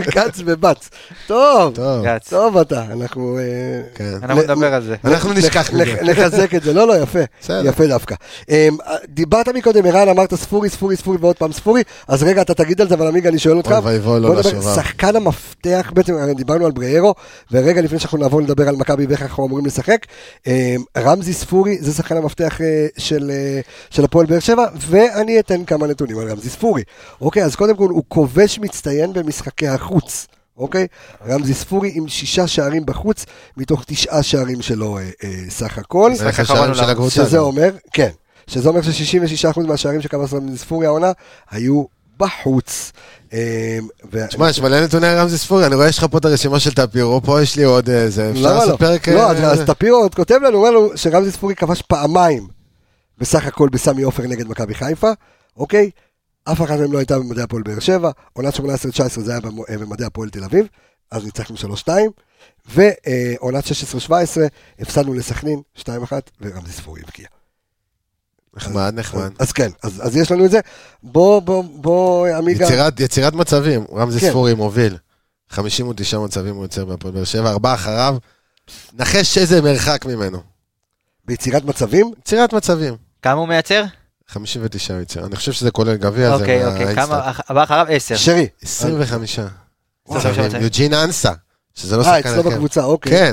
גץ ובץ, טוב,
טוב,
גץ.
טוב אתה, אנחנו אה,
כן.
אנחנו
ל-
נדבר על זה.
אנחנו נשכח
נח-
מזה.
נחזק את זה, לא, לא, יפה,
בסדר.
יפה דווקא. אמ, דיברת מקודם, ערן, אמרת ספורי, ספורי, ספורי, ועוד פעם ספורי, אז רגע, אתה תגיד על זה, אבל עמיגה, אני שואל אותך,
אוי ואבוי לא לו
בוא נדבר,
לשובר.
שחקן המפתח, בעצם הרי דיברנו על בריארו, ורגע לפני שאנחנו נעבור לדבר על מכבי ואיך אנחנו אמורים לשחק, אמ, רמזי ספורי זה שחקן המפתח אה, של, אה, של הפועל באר שבע, ואני אתן כמה נתונים על רמזי ספורי. אוקיי, אז קודם כל הוא כובש מצטיין במשחקי החוץ. אוקיי? רמזי ספורי עם שישה שערים בחוץ, מתוך תשעה שערים שלו אה, אה, סך הכל.
זה
משחק
השערים
אחרון
של
עולם.
הקבוצה.
שזה
גם.
אומר, כן, שזה אומר ש-66% מהשערים שקבע רמזי ספורי העונה היו בחוץ. אה, ו-
תשמע, יש מלא נתוני רמזי ספורי, אני רואה יש לך פה את הרשימה של טפירו, פה יש לי עוד איזה, אפשר
למה
לעשות
לא?
פרק...
לא,
אה,
אז- אז טפירו עוד כותב לנו, אומר לנו שרמזי ספורי כבש פעמיים בסך הכל בסמי עופר נגד מכבי חיפה, אוקיי? אף אחת מהם לא הייתה במדעי הפועל באר שבע, עונת 18-19 זה היה במו- אה, במדעי הפועל תל אביב, אז ניצחנו 3-2, ועונת 16-17 הפסדנו לסכנין 2-1 ורמזי ספורי הבקיע.
נחמד, נחמד.
אז כן, אז אז יש לנו את זה. בוא, בוא, בוא, עמיגה.
יצירת, יצירת מצבים, רמזי
כן.
ספורי מוביל. 59 מצבים הוא יוצר בהפועל באר שבע, ארבעה אחריו. נחש איזה מרחק ממנו.
ביצירת מצבים?
יצירת מצבים.
כמה הוא מייצר?
59 יצירה, אני חושב שזה כולל גביע, זה
אוקיי,
מהאינסטנט.
אוקיי. כמה? אח- הבא אחריו
כן.
10.
שרי.
25.
וואו.
מצבים. יוג'ין אנסה, שזה לא
אה,
שחקן
אצלו
אחר.
בקבוצה, אוקיי.
כן,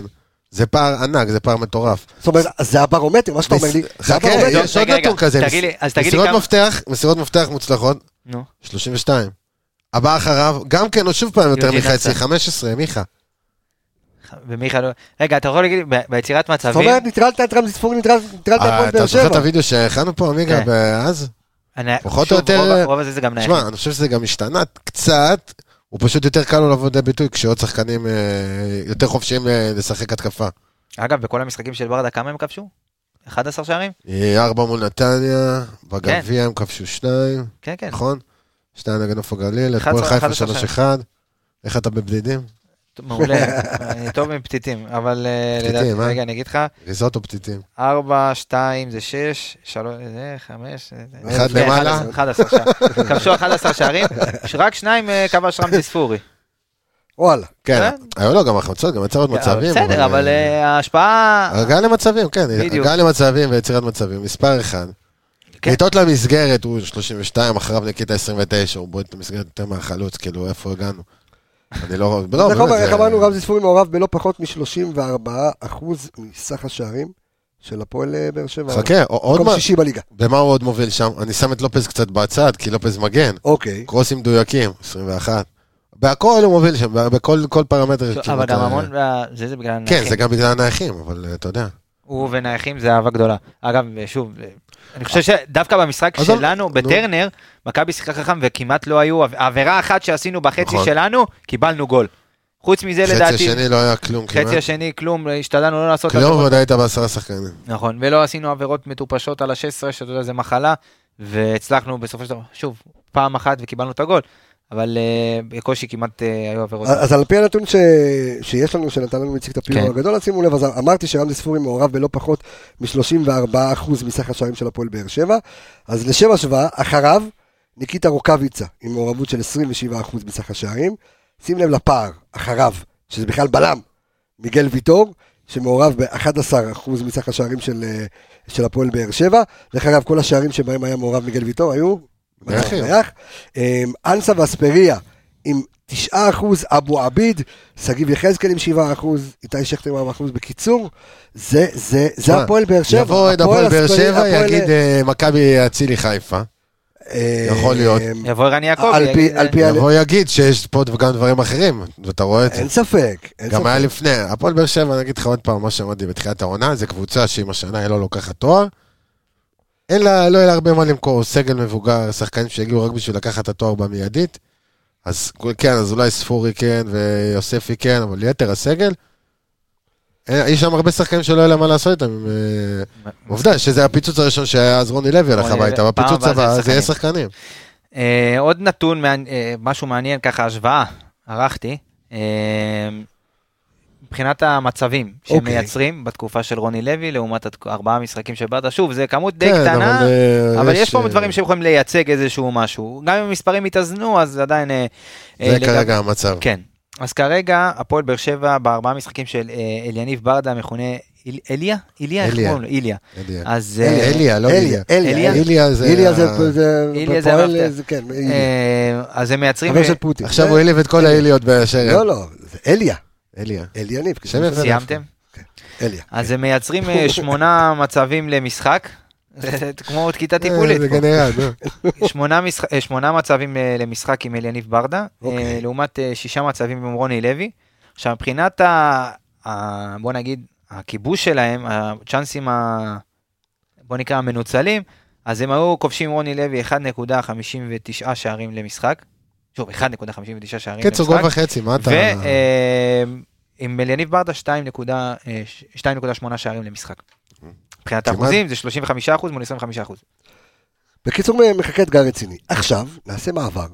זה פער ענק, זה פער מטורף.
זאת אומרת, זה הברומטר, מה שאתה אומר לי. זה
חכה,
הברומטר.
לא,
יש עוד
רגע, רגע,
נתון כזה.
תגיד לי, אז תגיד לי
מסירות
כמה-
מפתח, מסירות מפתח מוצלחות,
נו.
32. הבא אחריו, גם כן, עוד שוב פעם יותר
יוג'ין
מחצי,
אנסה.
15, מיכה.
ומיכה לא... רגע, אתה יכול להגיד לי, ב- ביצירת
זאת
מצבים...
אומרת, נטרלת את רמזי ספורי, נטרלת נטרלת את
אה,
הפועל באר
אתה זוכר את
שבע.
הוידאו שהכנו פה, עמיגה,
כן. נכון.
אז?
אני-
פחות או
שוב,
יותר-
רוב ה- רוב הזה זה גם נייח.
תשמע, אני חושב שזה גם השתנה קצת, הוא פשוט יותר קל לו לבוא לידי ביטוי כשעוד שחקנים אה, יותר חופשיים אה, לשחק התקפה.
אגב, בכל המשחקים של ברדה, כמה הם כבשו? 11 שערים?
אה, ארבע מול נתניה, בגביע הם כבשו שניים,
כן, כן.
נכון? שניים נגד נוף הגליל, את
11,
פועל חיפה
11.
3-1. איך אתה בבדידים?
מעולה. אני טוב עם פתיתים, אבל אה,
פתיתים,
לדעתי...
אה?
רגע, אני אגיד לך,
ריזוטו פתיתים.
4, 2 זה אה, 6, 3, 5...
אחד
אה,
למעלה.
אה, 11 שערים. כבשו 11 שערים, ש- רק שניים אה, כבש רמזי ספורי.
וואלה.
כן,
כן.
היו לו גם החמצות, גם יצר עוד מצבים.
בסדר, אבל אה, ההשפעה...
הגעה למצבים, כן,
בדיוק.
הגעה למצבים ויצירת מצבים, מספר אחד.
כן.
בעיטות למסגרת הוא 32, אחריו ניקיטה 29, הוא בועט את המסגרת יותר מהחלוץ, כאילו, איפה הגענו? אני לא... לא,
אז איך
באמת,
אמר- איך
זה-
אמרנו, רמזי ספורי מעורב בלא פחות מ-34% מסך השערים של הפועל אה, באר שבע.
חכה, עוד מה...
מקום שישי בליגה.
במה הוא עוד מוביל שם? אני שם את לופז קצת בצד, כי לופז מגן.
אוקיי.
קרוסים מדויקים, 21. בהכל הוא מוביל שם, בכל כל פרמטר.
טוב, אבל
כמעט,
גם
אה,
המון... וה- זה זה בגלל
כן,
הנייחים.
זה גם בגלל הנייחים, אבל אה, אתה יודע.
הוא ונייחים זה אהבה גדולה. אגב, שוב, אני חושב שדווקא במשחק
עזוב,
שלנו,
נו.
בטרנר, מכבי שיחקה חכם וכמעט לא היו, עבירה אחת שעשינו בחצי
נכון.
שלנו, קיבלנו גול. חוץ מזה
חצי
לדעתי,
השני לא היה כלום
חצי
כמעט.
השני כלום, השתדלנו לא לעשות
כלום,
עבירות.
ועוד היית בעשרה שחקנים.
נכון, ולא עשינו עבירות מטופשות על ה-16, שאתה יודע, זה מחלה, והצלחנו בסופו של דבר, שוב, פעם אחת וקיבלנו את הגול, אבל אה, בקושי כמעט אה, היו עבירות.
אז על פי הנתון ש... שיש לנו, שנתן לנו מציג את הפיור
כן.
הגדול, אז שימו לב, אז אמרתי שרמזי ספורי מעורב בלא פחות מ-34% מסך השערים של הפועל באר שבע. אז לשם השוואה, אחריו, ניקיטה רוקאביצה, עם מעורבות של 27% מסך השערים. שים לב לפער, אחריו, שזה בכלל בלם, מיגל ויטור, שמעורב ב-11% מסך השערים של, אה, של הפועל באר שבע. דרך אגב, כל השערים שבהם היה מעורב מיגל ויטור היו...
נייחים.
נייח. אמ, אנסה ואספריה עם 9%, אבו עביד, שגיב יחזקאל עם 7%, איתי שכטר עם 4%. בקיצור, זה, זה, זה
מה?
הפועל באר שבע.
יבוא אוהד הפועל באר
אספריה,
שבע,
הפועל-
יגיד אה, מכבי אצילי חיפה.
אמ,
יכול להיות.
אמ,
יבוא ערן יעקב,
על פי-
יגיד, אה,
על פי ה-
יבוא יגיד שיש פה גם דברים אחרים, ואתה רואה את זה.
אין ספק. אין
גם
ספק.
היה לפני, הפועל באר שבע, אני אגיד לך עוד פעם, מה שאמרתי בתחילת העונה, זה קבוצה שאם השנה היא לא לוקחת תואר, אין לה, לא יהיה לה הרבה מה למכור, סגל מבוגר, שחקנים שהגיעו רק בשביל לקחת את התואר במיידית, אז כן, אז אולי ספורי כן, ויוספי כן, אבל יתר הסגל, אין- יש שם הרבה שחקנים שלא היה להם מה לעשות איתם. עם, אה, עובדה שזה הפיצוץ הראשון שהיה, אז רוני לוי הלך
רוני לוי,
הביתה,
פעם
והפיצוץ
הבאה זה
הבא, זה יהיה
שחקנים.
שחקנים.
אה, עוד נתון, מעניין- אה, משהו מעניין ככה, השוואה, ערכתי. אה, מבחינת המצבים
אוקיי.
שמייצרים בתקופה של רוני לוי לעומת התק- ארבעה משחקים שבאת, שוב, זה כמות די
כן,
קטנה,
אה,
אבל יש פה דברים
אה,
שיכולים לייצג איזשהו משהו. גם אם המספרים יתאזנו, אז עדיין... אה, אה,
זה
לגב-
כרגע המצב.
כן. אז כרגע, הפועל באר שבע, בארבעה משחקים של אה, אליניב ברדה, מכונה איל- אליה? אליה? איך
אליה.
קוראים לו? אליה.
אליה.
אז... אה,
אליה, לא אליה.
אליה.
אליה זה...
איליה
ה-
זה, זה
איליה זה
פועל,
המאבטח.
זה כן, איליה.
אה, אז הם מייצרים...
חבר של פוטין.
עכשיו
זה-
הוא העליב את כל האליות באשר...
לא, לא, זה אליה,
אליה.
אל יניב,
שם
כשם-
יפה.
סיימתם?
אליה.
אז הם מייצרים אה, שמונה מצבים למשחק, זה כמו כיתה טיפולית.
אה, זה
פה.
גנרל, נו.
שמונה משח- אה, שמונה מצבים אה, למשחק עם אליניב ברדה,
אוקיי.
אה, לעומת אה, שישה מצבים עם רוני לוי. עכשיו, מבחינת ה... ה- בוא נגיד, הכיבוש שלהם, הצ'אנסים ה... בוא נקרא המנוצלים, אז הם היו כובשים עם רוני לוי 1.59 שערים למשחק. שוב, 1.59 שערים
קצר
למשחק.
גול וחצי, מה אתה...
אה, ועם אליניב ברדה אה, 2.8 שערים למשחק. מבחינת
כמעט.
האחוזים זה 35% מול 25%.
בקיצור, אה, מחכה אתגר רציני. עכשיו, נעשה מעבר.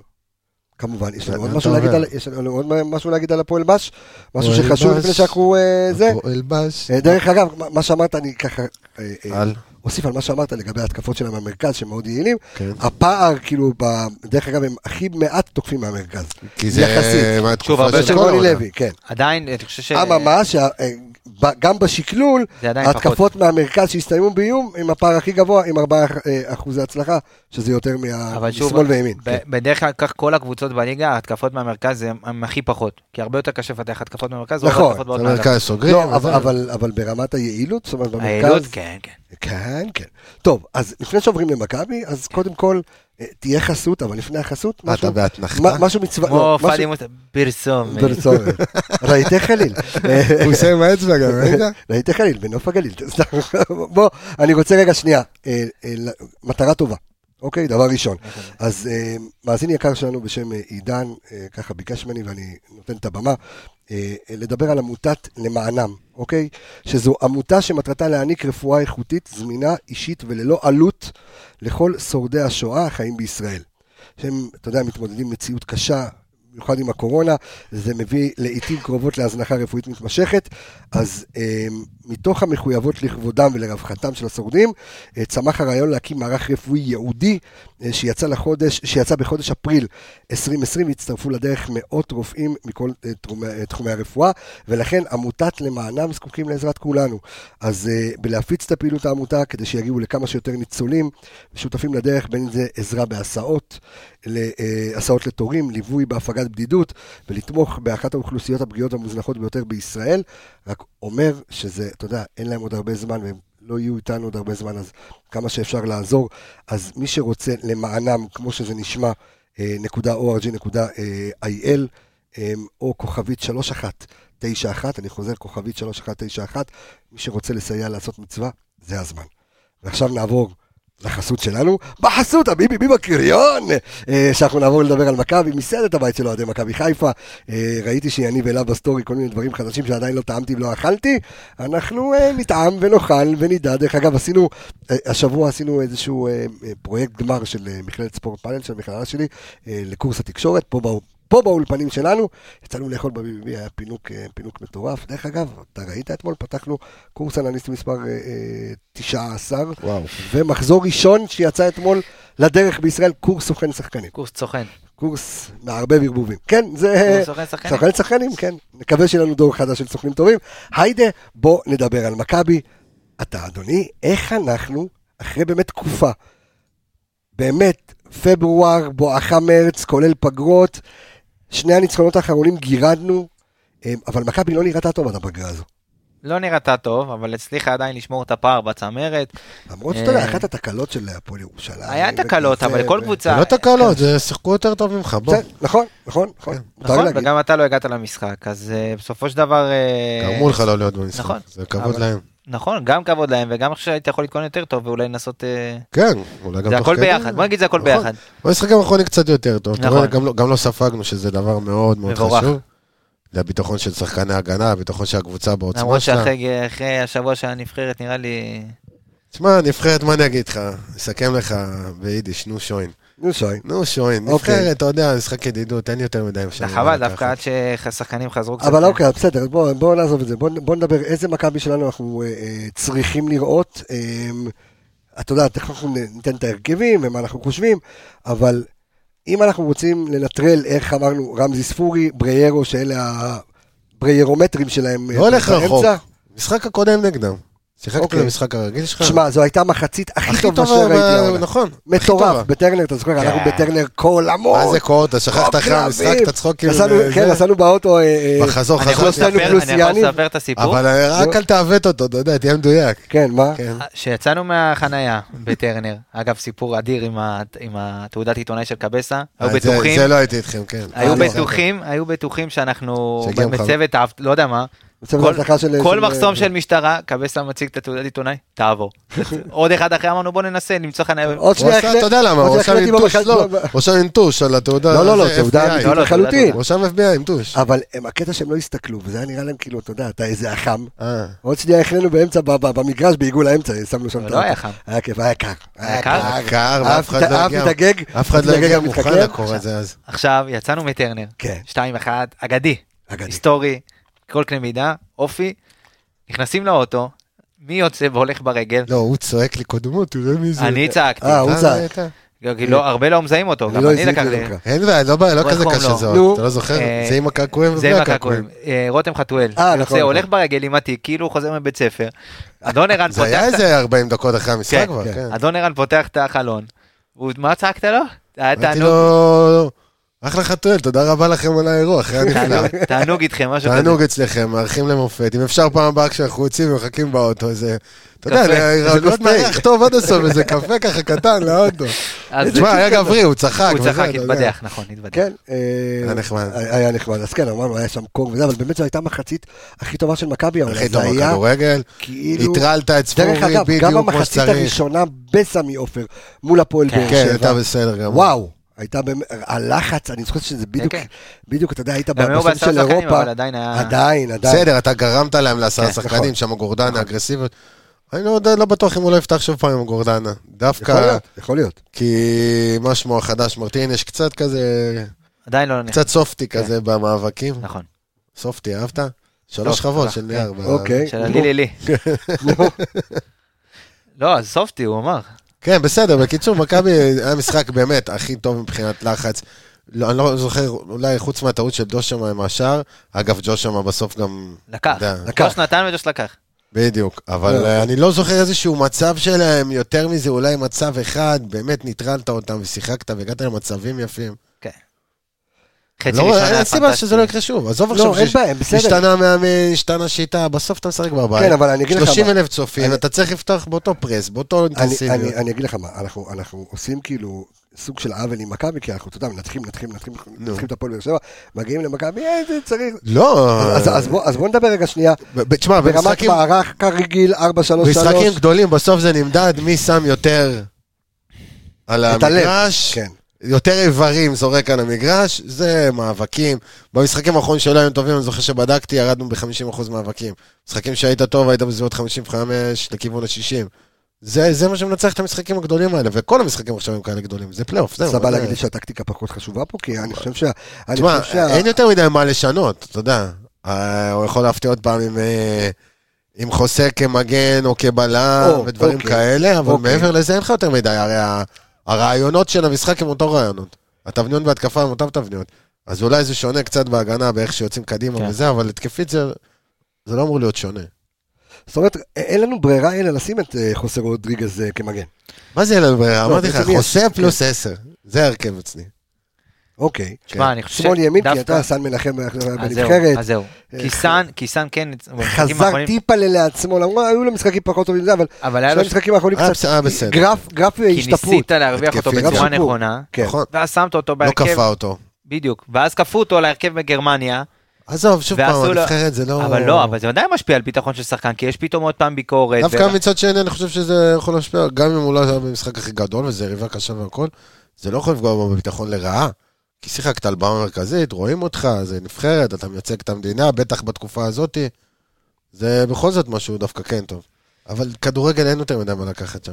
כמובן, יש לנו
לאן
עוד
אתה
משהו להגיד
עובר?
על- יש לנו עוד משהו להגיד על הפועל בש? משהו
הפועל
שחשוב
בש.
לפני שאנחנו... אה, זה.
הפועל בש.
אה, דרך אגב, מה- מה שאמרת, אני ככה... אה, אה,
על.
אוסיף על מה שאמרת לגבי ההתקפות שלהם מהמרכז, שהם מאוד יעילים.
כן.
הפער, כאילו, ב- דרך אגב, הם הכי מעט תוקפים מהמרכז.
כי זה...
יחסית.
מהתקופה
שוב, הרבה
של
כל
רוני
העונה.
לוי, כן.
עדיין, אני חושב ש...
אממה, שגם בשקלול,
זה כן. עדיין פחות.
ההתקפות מהמרכז שהסתיימו באיום, עם הפער הכי גבוה, עם 4 אחוזי הצלחה, שזה יותר מה-
אבל שוב,
משמאל וימין.
ב- בדרך כלל, כך כל הקבוצות בליגה, ההתקפות מהמרכז הם- הם הכי פחות. כי הרבה יותר קשה לפתח התקפות מהמרכז, רוב
נכון,
ההתקפות באות
זה
מהאגף.
מרכז סוגרים.
לא, אבל-
וזה.
אבל- אבל ברמת היעילות, זאת אומרת במרכז...
היעילות, כן, כן.
כן, כן. טוב, אז לפני שעוברים למכבי, אז
כן.
קודם כל, אה, תהיה חסות, אבל לפני החסות,
מה, אתה
משהו-
באתנחתה?
מה- משהו מצווה...
כמו
לא, משהו-
פאדי מוט... פרסום. אה,
ברצון. ראיתי חליל.
הוא עושה עם האצבע גם, ראית?
ראיתי חליל בנוף הגליל. סתם. בוא, אני רוצה רגע שנייה, אה, אה, ל- מטרה טובה. אוקיי, דבר ראשון. אז אה, מאזין יקר שלנו בשם אה, עידן, אה, ככה ביקש ממני ואני נותן את הבמה, אה, אה, לדבר על עמותת למענם, אוקיי? שזו עמותה שמטרתה להעניק רפואה איכותית, זמינה, אישית וללא עלות לכל שורדי השואה החיים בישראל. שהם, אתה יודע, מתמודדים עם מציאות קשה, במיוחד עם הקורונה, זה מביא לעיתים קרובות להזנחה רפואית מתמשכת, אז אה, מתוך המחויבות לכבודם ולרווחתם של השורדים, אה, צמח הרעיון להקים מערך רפואי ייעודי אה, שיצא, לחודש, שיצא בחודש אפריל 2020 והצטרפו לדרך מאות רופאים מכל אה, תחומי, אה, תחומי הרפואה, ולכן עמותת למענם זקוקים לעזרת כולנו. אז אה, בלהפיץ את הפעילות העמותה כדי שיגיעו לכמה שיותר ניצולים ושותפים לדרך, בין אם זה עזרה בהסעות, ל- אה, הסעות לתורים, ליווי בהפגת בדידות, ולתמוך באחת האוכלוסיות הפגיעות והמוזנחות ביותר בישראל. רק אומר שזה, אתה יודע, אין להם עוד הרבה זמן והם לא יהיו איתנו עוד הרבה זמן, אז כמה שאפשר לעזור. אז מי שרוצה למענם, כמו שזה נשמע, אה, נקודה .org.il אה, או כוכבית 3191, אני חוזר, כוכבית 3191, מי שרוצה לסייע לעשות מצווה, זה הזמן. ועכשיו נעבור לחסות שלנו, בחסות הביבי ביבי קריון, אה, שאנחנו נעבור לדבר על מכבי, מסעדת הבית של אוהדי מכבי חיפה. אה, ראיתי שאני ואליו בסטורי כל מיני דברים חדשים שעדיין לא טעמתי ולא אכלתי. אנחנו אה, נטעם ונאכל ונדע. דרך אגב, עשינו, אה, השבוע עשינו איזשהו אה, אה, פרויקט גמר של אה, מכללת ספורט פאנל, של המכללה שלי, אה, לקורס התקשורת, פה באו. פה באולפנים שלנו, יצאנו לאכול בביבי, היה פינוק, אה, פינוק מטורף. דרך אגב, אתה ראית אתמול, פתחנו קורס אנליסט מספר אה, אה, 19,
וואו.
ומחזור ראשון שיצא אתמול לדרך בישראל, קורס סוכן שחקנים.
קורס סוכן.
קורס מערבב ערבובים. כן, זה...
קורס סוכן שחקנים.
סוכן שחקנים, כן. נקווה שיהיה לנו דור חדש של סוכנים טובים. היידה, בוא נדבר על מכבי. אתה, אדוני, איך אנחנו, אחרי באמת תקופה, באמת, פברואר, בואכה מרץ, כולל פגרות, שני הניצחונות האחרונים גירדנו, אה, אבל מכבי לא נראתה טוב עד הפגרה הזו.
לא נראתה טוב, אבל הצליחה עדיין לשמור את הפער בצמרת.
למרות שאתה יודע,
אה,
אחת התקלות של הפועל ירושלים.
היה תקלות,
וזה,
אבל כל
ו-
קבוצה...
זה לא תקלות, זה שיחקו יותר טוב ממך, בוא. כן.
בסדר, נכון, נכון, נכון. מותר
נכון,
להגיד.
וגם אתה לא הגעת למשחק, אז אה, בסופו של דבר... אה,
גרמו לך לא להיות במשחק.
נכון.
זה כבוד
אבל-
להם.
נכון, גם כבוד להם, וגם עכשיו היית יכול להתכונן יותר טוב, ואולי לנסות... אה,
כן, אולי גם
זה
תוך
הכל
כדי.
ביחד, בוא נגיד זה הכל
נכון.
ביחד.
במשחק האחרון קצת יותר טוב. אתה
נכון.
רואה, גם לא- גם לא ספגנו, שזה דבר מאוד מאוד
מבורך.
חשוב. זה הביטחון של שחקני ההגנה, הביטחון של הקבוצה בעוצמה
למרות
שלה.
שאחרי אחרי השבוע של הנבחרת, נראה לי...
תשמע, נבחרת, מה אני אגיד לך? אסכם לך ביידיש, נו שוין.
נו, שי.
נו שוין,
אוקיי.
נבחרת, אתה יודע, משחק ידידות, אין יותר מדי
זה
אפשר.
חבל,
לא לקחת.
דווקא עד שהשחקנים חזרו קצת...
אבל אוקיי, בסדר, אז בואו בוא נעזוב את זה. בואו בוא נדבר איזה מכבי שלנו אנחנו אה, אה, צריכים לראות. אה, את יודעת, איך אנחנו ניתן את ההרכבים ומה אנחנו חושבים, אבל אם אנחנו רוצים לנטרל, איך אמרנו, רמזי ספורי, בריירו, שאלה הבריירומטרים שלהם. אה,
לא הולך
באמצע.
רחוק. משחק הקודם נגדם. שיחקת
אוקיי.
במשחק הרגיל שלך?
שמע, זו הייתה המחצית הכי
כן. הכי
טובה
טובה,
שראיתי
מה-
העונה.
נכון. הכי טובה. כן.
מטורף, בטרנר, אתה זוכר, אנחנו בטרנר כל המון.
מה זה קור? אתה שכחת אחרי המשחק, אתה צחוקים.
אוקיי, נסענו-
וזה.
כן, נסענו באוטו. אה, אה,
בחזור,
אני לא יכול
חזור.
שלושתנו
לספר- אני יכול
פלוסיאנים.
לספר את הסיפור?
אבל רק
לא.
אל תעוות אותו, אתה יודע, תהיה מדויק.
כן, מה?
כן.
אה, שיצאנו מהחנייה בטרנר, אגב סיפור אדיר עם ה- עם התעודת עיתונאי של קבסה, היו
זה-
בטוחים,
זה לא הייתי איתכם, כן.
היו
אה, לא.
בטוחים, היו בטוחים שאנחנו
שהגיע מחבל.
בצוות, האבט- לא יודע מה,
בצוות
כל-
האבטחה של- אה,
כל
של-
מחסום של משטרה, קבסה מציג את התעודת עיתונאי, תעבור. עוד אחד אחרי אמרנו בוא ננסה למצוא חניה.
עוד
הוא
שנייה,
עשה, אתה יודע למה,
עוד
הוא עשה
שנייה
עם
החלטתי
טוש,
במחז-
לא,
ב-
הוא עשה עם טוש על התעודה.
לא, לא, לא,
זה
זה עובדה
FBI.
אמיתית
לא, לא,
לחלוטין.
הוא שם FBI עם טוש.
אבל הם, הקטע שהם לא הסתכלו, וזה היה נראה להם כאילו, אתה יודע, אתה איזה החם.
אה.
עוד שנייה החלנו באמצע, ב- ב- במגרש, בעיגול האמצע, אה, שמנו שם
אבל
את
לא
ה-
היה חם.
היה כיף, היה קר.
היה קר?
אה, קר, ואף אחד לא הגיע.
אהב את הגג.
אף אחד לא
מתנגג
הגיע
על
מוכן
מתחכם.
לקור הזה אז.
עכשיו יצאנו מטרנר,
כן.
2-1, אגדי,
אגדי.
היסטורי, כל קנה מידה, אופי, נכנסים לאוטו, מי יוצא והולך ברגל?
לא, הוא צועק לי קודמות, תראה מי זה.
אני צעקתי,
אה, הוא
אתה
צעק.
ראית?
כי לא- הרבה לא מזהים אותו,
אני
גם
לא
אני
הזיק
לקחתי.
לזה בכלל.
אין בעיה, לא בעיה, לא
הוא
כזה
יכול
קשה
לא.
זה,
נו.
אתה לא זוכר?
אה,
זה עם הקעקועים ובלי
זה עם
הקעקועים.
הקעקועים. אה, רותם חתואל,
אה, נכון,
יוצא,
נכון.
הולך ברגל עם התיק, כאילו הוא חוזר מבית ספר. אדון ערן
זה היה
פותח את-
איזה 40 דקות אחרי המשחק
כן,
כבר,
כן.
כן.
אדון ערן פותח את החלון. הוא- מה צעקת לו? היה
אמרתי
תענוג,
לו, אחלה חתואל, תודה רבה לכם על האירוע, אחרי הנפלא.
תענוג- תענוג איתכם, משהו כזה.
תענוג אצלכם, מארחים למופת. אם אפשר פעם הבאה כשאנחנו יוצאים ומחכים באוטו, זה... אתה
קפה.
יודע,
זה
רעיונות
גוסטייק.
מארח טוב עד הסוף, איזה קפה ככה קטן לאוטו.
אז
תשמע, היה גברי, הוא צחק.
הוא
וזה,
צחק,
אתה יודע.
התבדח, נכון, התבדח.
כן. אה,
היה נחמד.
היה נחמד. אז כן, אמרנו, היה שם קור וזה, אבל באמת זו הייתה המחצית הכי טובה של מכבי. העונה.
הכי
זה
טוב
היה
בכדורגל,
כאילו...
הטרלת את
דרך
ספורי
אגב, גם
בדיוק כמו
המחצית
שצריך.
הראשונה בסמי עופר, מול הפועל באר שבע.
כן, הייתה בסדר גמור.
וואו, הייתה באמת, הלחץ, אני זוכר שזה בדיוק,
כן.
בדיוק, אתה יודע, היית
גם היו
בשם
בעשרה
של
שחקנים,
אירופה,
אבל עדיין היה...
עדיין, עדיין.
בסדר, אתה גרמת להם לעשרה
כן,
נכון.
שחקנים, שם גורדנה אגרסיביות. אני לא יודע, לא בטוח אם הוא לא יפתח שוב פעם עם גורדנה.
יכול
דווקא
להיות, יכול להיות.
כי מה שמו החדש מרטינש קצת כזה...
עדיין לא
נכון.
נניח.
קצת סופטי
כן.
כזה במאבקים.
נכון.
סופטי, אהבת?
סוף,
שלוש שכבות
תודה.
של נייר. ב-
אה, אוקיי.
של הלי לי לי. לא, אז סופטי, הוא אמר.
כן, בסדר, בקיצור, מכבי היה משחק באמת הכי טוב מבחינת לחץ. לא, אני לא זוכר, אולי חוץ מהטעות של דושמה עם השער, אגב, ג'ושמה בסוף גם...
לקח.
יודע.
לקח. נתן וג'וש לקח.
בדיוק, אבל אה, אני לא זוכר איזשהו מצב שלהם, יותר מזה אולי מצב אחד, באמת נטרלת אותם ושיחקת והגעת למצבים יפים.
כן. חצי
לא,
ראשון היה
אין סיבה שזה לא
פנטסטי.
יקרה שוב, עזוב
לא,
עכשיו
אין
שיש-
בעיה, בסדר.
השתנה מאמן, השתנה שיטה, בסוף אתה משחק בבית.
כן, אבל אני אגיד לך מה.
30 אלף צופים,
אני-
אתה צריך לפתוח באותו פרס, באותו
אני,
אינטנסיביות.
אני, אני אגיד לך מה, אנחנו, אנחנו עושים כאילו סוג של עוול עם מכבי, כי אנחנו, אתה יודע, מנתחים, מנתחים, מנתחים, מנתחים את הפועל באר שבע, מגיעים למכבי, אה, זה צריך...
לא,
אז, אז, בוא, אז בוא נדבר רגע שנייה,
ב- ב- תשמע,
ברמת
במשחקים
מערך כרגיל, 4-3-3,
משחקים גדולים, בסוף זה נמדד מי שם יותר על
את הלב,
המגרש,
כן.
יותר איברים זורק על המגרש, זה מאבקים. במשחקים האחרונים שלא היינו טובים, אני זוכר שבדקתי, ירדנו ב-50% מאבקים. משחקים שהיית טוב, היית בסביבות 55 לכיוון ה-60. זה, זה מה שמנצח את המשחקים הגדולים האלה, וכל המשחקים עכשיו הם כאלה גדולים, זה פלייאוף, זהו.
אז אתה בא
זה-
להגיד לי שהטקטיקה פחות חשובה פה, כי אני חושב שה... אני
תשמע,
חושב שה-
אין יותר מדי מה לשנות, אתה יודע. אה, הוא יכול להפתיע עוד פעם עם, אה, עם חוסה כמגן או כבלם
או,
ודברים
אוקיי.
כאלה, אבל
אוקיי.
מעבר לזה אין לך יותר מדי, הרי ה- הרעיונות של המשחק הם אותו רעיונות. התבניות בהתקפה הם אותן תבניות. אז אולי זה שונה קצת בהגנה, באיך שיוצאים קדימה
כן.
וזה, אבל התקפית זה, זה לא אמור להיות שונה.
זאת אומרת, אין לנו ברירה אלא לשים את אה, חוסר רודריגז אה, כמגן.
מה זה ילד ברירה?
לא,
אמרתי לך,
בעצם יש.
חוסה פלוס עשר. זה ההרכב אצלי.
אוקיי.
שמע, אני חושב...
שמאל ימין, כי
דווקא-
אתה סן מנחם אה,
אז זהו,
בנבחרת.
אז זהו.
אה,
קיסן, קיסן כן, במשחקים
חזר
האחרונים,
טיפה ל- לעצמו, למרות, אה, היו לו משחקים פחות טובים, זה, אבל
אבל היה
שני
לו...
המשחקים האחרונים
אה,
קצת,
בסדר, אה, בסדר.
גרף, גרף אה,
כי
השתפרות.
ניסית להרוויח אותו
התקפית,
שיפור.
בצורה נכונה,
כן.
נכון?
ואז שמת אותו
לא
בהרכב,
כפה אותו.
בדיוק, ואז כפו אותו להרכב בגרמניה,
עזוב, שוב פעם,
ועשו לו-
הנבחרת זה לא...
אבל לא, אבל זה עדיין משפיע על ביטחון של שחקן, כי יש פתאום עוד פעם ביקורת.
דווקא
ו-
מצד שני, אני חושב שזה יכול להשפיע, גם אם הוא לא היה במשחק הכי גדול, וזה יריבה קשה והכל, זה לא יכול לפגוע בו בביטחון לרעה. כי שיחקת על במה מרכזית, רואים אותך, זה נבחרת, אתה מייצג את המדינה, בטח בתקופה הזאת. זה בכל זאת משהו דווקא כן טוב. אבל כדורגל אין יותר מדי מה לקחת שם,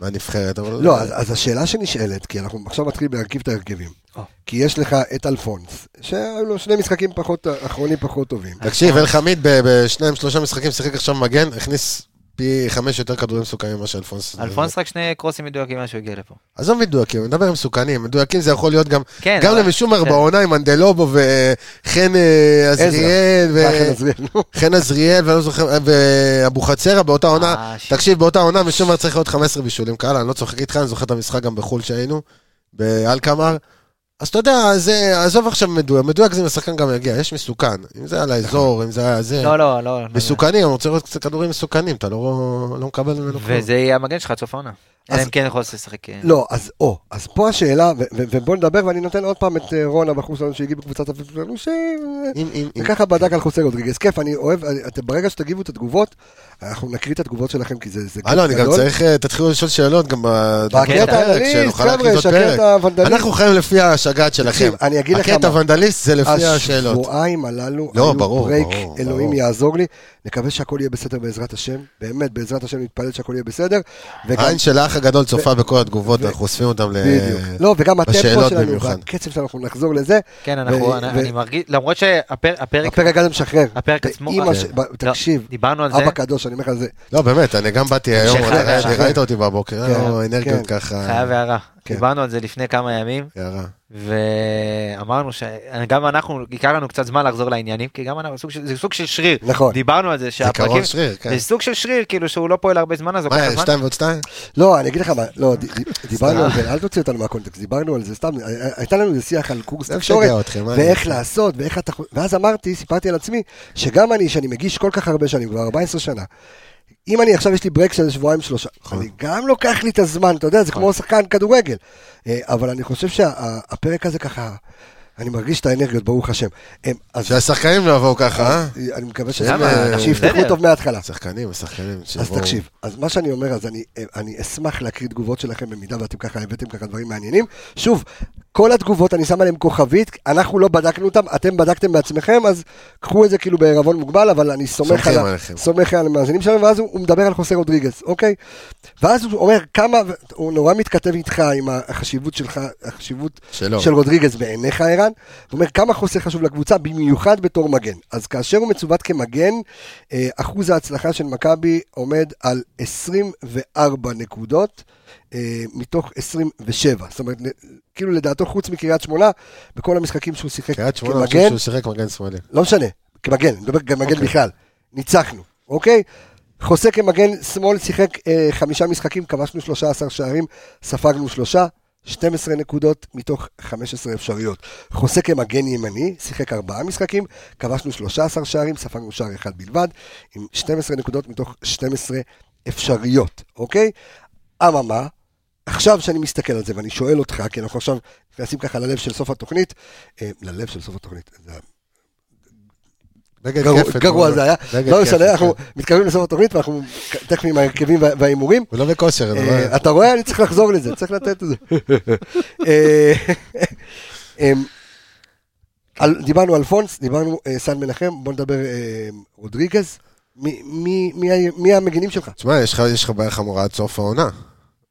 מהנבחרת, אבל... אה,
לא, אז, אז השאלה שנשאלת, כי אנחנו עכשיו מתחילים להרכיב את ההרכבים.
או.
כי יש לך את אלפונס, שהיו לו שני משחקים פחות, אחרונים פחות טובים.
תקשיב, אלחמיד ב- בשניים, שלושה משחקים שיחק עכשיו מגן, הכניס פי חמש יותר כדורים מסוכנים ממה שאלפונס.
אלפונס רק שני קרוסים מדויקים מאז שהוא הגיע לפה.
עזוב מדויקים, אני מדבר עם מסוכנים. מדויקים זה יכול להיות גם
כן,
גם
אבל-
למשומר
כן.
בעונה עם אנדלובו וחן אה, עזריאל, ו-
מה, חן עזריאל? נו.
חן עזריאל, ואני לא זוכר, אה, ואבוחצירא באותה עונה,
אה, ש-
תקשיב, באותה עונה משומר צריך להיות 15 בישולים, קהל, אני לא צוחק איתך, אני זוכר את המשחק גם בחו"ל שהיינו, באלקמר. אז אתה יודע, זה, עזוב עכשיו מדויק, מדויק זה אם השחקן גם יגיע, יש מסוכן, אם זה על האזור, אם זה היה זה,
לא, לא, לא. לא.
מסוכנים, אני רוצה לראות קצת כדורים מסוכנים, אתה לא לא מקבל ממנו כלום.
וזה יהיה המגן שלך עד סוף העונה. אלא
אז-
אם כן יכול לשחק. אה,
לא, אז או, אז פה השאלה, ו- ו- ובוא נדבר, ואני נותן עוד פעם את אה, רון, הבחור שלנו שהגיע בקבוצת הפרק שלנו, ש...
אם- אם- אם-
וככה בדק על חוסר רודריגז. כיף, אני אוהב, אני- אתם ברגע שתגיבו את התגובות, אנחנו נקריא את התגובות שלכם, כי זה זה
אה לא, אני גם צריך, אה, תתחילו לשאול שאלות גם ב-
בקטע האנליסט,
שנוכל
חבר'ה,
להקליט עוד פרק.
שקטע הוונדליסט.
אנחנו חיים לפי השגעת שלכם.
תקשיב, אני אגיד לך
הקטע
מה.
ונדליסט זה לפי השאלות.
השבועיים הללו
לא,
היו
ברור,
ברייק,
ברור,
אלוהים
ברור.
יעזור לי. נקווה שהכל יהיה בסדר בעזרת השם. באמת, בעזרת השם נתפלל שהכל יהיה בסדר. וגם-
העין של האח הגדול צופה בכל התגובות, אנחנו אוספים אותם ל...
בדיוק. לא, וגם הטמפו
בשאלות
שלנו,
במיוחד.
והקצב שלנו, אנחנו נחזור לזה.
כן, אנחנו,
ו-
אני
ו-
אני מרגיש, למרות שהפרק,
הפרק הזה משחרר.
הפרק עצמו-
באמא
אה,
ש-
כן.
ב- תקשיב,
דיברנו על זה.
אבא קדוש, אני אומר לך זה.
לא, באמת, אני גם באתי היום,
שחר,
אתה ראית-
שחר.
ראית אותי בבוקר, היה לו
כן,
אנרגיות
כן.
ככה.
חייב לא הערה.
כן.
דיברנו על זה לפני כמה ימים,
הערה.
ואמרנו שגם אנחנו, ייקח לנו קצת זמן לחזור לעניינים, כי גם אנחנו, סוג של- זה סוג של שריר.
נכון.
דיברנו על זה שהפרקים,
זיכרון שריר, כן.
זה סוג של שריר, כאילו שהוא לא פועל הרבה זמן, אז
מה,
לוקח
היה,
זמן.
שתיים ועוד שתיים?
לא, אני אגיד לך מה, לא, ד- ד- דיברנו על זה, אל תוציא אותנו מהקונטקסט, דיברנו על זה סתם, הי- הייתה לנו איזה שיח על קורס
זה
תקשורת,
משגע אתכם, מה אני
ואיך
אגיד?
לעשות, ואיך אתה... ואז אמרתי, סיפרתי על עצמי, שגם אני, שאני מגיש כל כך הרבה שנים, כבר 14 שנה, אם אני עכשיו יש לי ברק של שבועיים שלושה,
נכון.
אני גם לוקח לי את הזמן, אתה יודע, זה כמו שחקן כדורגל. אה, אבל אני חושב שהפרק הזה ככה, אני מרגיש את האנרגיות, ברוך השם. אה, אז
שהשחקנים לא יבואו ככה, אה?
אני מקווה ש-
למה? אנחנו
שיפתחו
בסדר.
טוב מההתחלה.
השחקנים, השחקנים,
אז
שיבואו.
תקשיב, אז מה שאני אומר, אז אני, אני אשמח להקריא תגובות שלכם במידה ואתם ככה הבאתם ככה דברים מעניינים. שוב, כל התגובות, אני שם עליהן כוכבית, אנחנו לא בדקנו אותן, אתם בדקתם בעצמכם, אז קחו את זה כאילו בערבון מוגבל, אבל אני סומך על,
סומכים
ה-
עליכם.
סומך על המאזינים שלנו, ואז הוא, הוא מדבר על חוסר רודריגז, אוקיי? ואז הוא אומר כמה, הוא נורא מתכתב איתך עם החשיבות שלך, החשיבות
שלא.
של רודריגז בעיניך, ערן, שחקן, הוא אומר כמה חוסר חשוב לקבוצה, במיוחד בתור מגן. אז כאשר הוא מצוות כמגן, אה, אחוז ההצלחה של מכבי עומד על 24 נקודות אה, מתוך 27. זאת אומרת, כאילו לדעתו, חוץ מקריית שמונה, בכל המשחקים שהוא שיחק
קריית שמונה, אני חושב
כמגן,
שהוא שיחק מגן שמאלי.
לא משנה, כמגן, אני מדבר כמגן
אוקיי.
בכלל. ניצחנו, אוקיי? חוסה כמגן שמאל שיחק אה, חמישה משחקים, כבשנו 13 שערים, ספגנו שלושה, 12 נקודות מתוך 15 אפשריות. חוסה כמגן ימני שיחק ארבעה משחקים, כבשנו 13 שערים, ספגנו שער אחד בלבד, עם 12 נקודות מתוך 12 אפשריות, אוקיי? אממה, עכשיו שאני מסתכל על זה ואני שואל אותך, כי אנחנו עכשיו נכנסים ככה ללב של סוף התוכנית, אה, ללב של סוף התוכנית, זה
נגד
גרוע-
כיפת,
גרוע
הוא-
זה היה,
נגד
לא
כיפת,
משנה,
כן.
אנחנו מתקרבים לסוף התוכנית ואנחנו תכף עם ההרכבים וה- וההימורים.
הוא לא בכושר, זה
אה,
לא-
אתה רואה, אני צריך לחזור לזה, צריך לתת את זה. אה, אמ, על- דיברנו על פונס, דיברנו אה, סן מנחם, בוא נדבר אה, רודריגז. מי- מי- מי ה- מי המגינים שלך?
תשמע, יש לך- יש לך בעיה חמורה עד סוף העונה.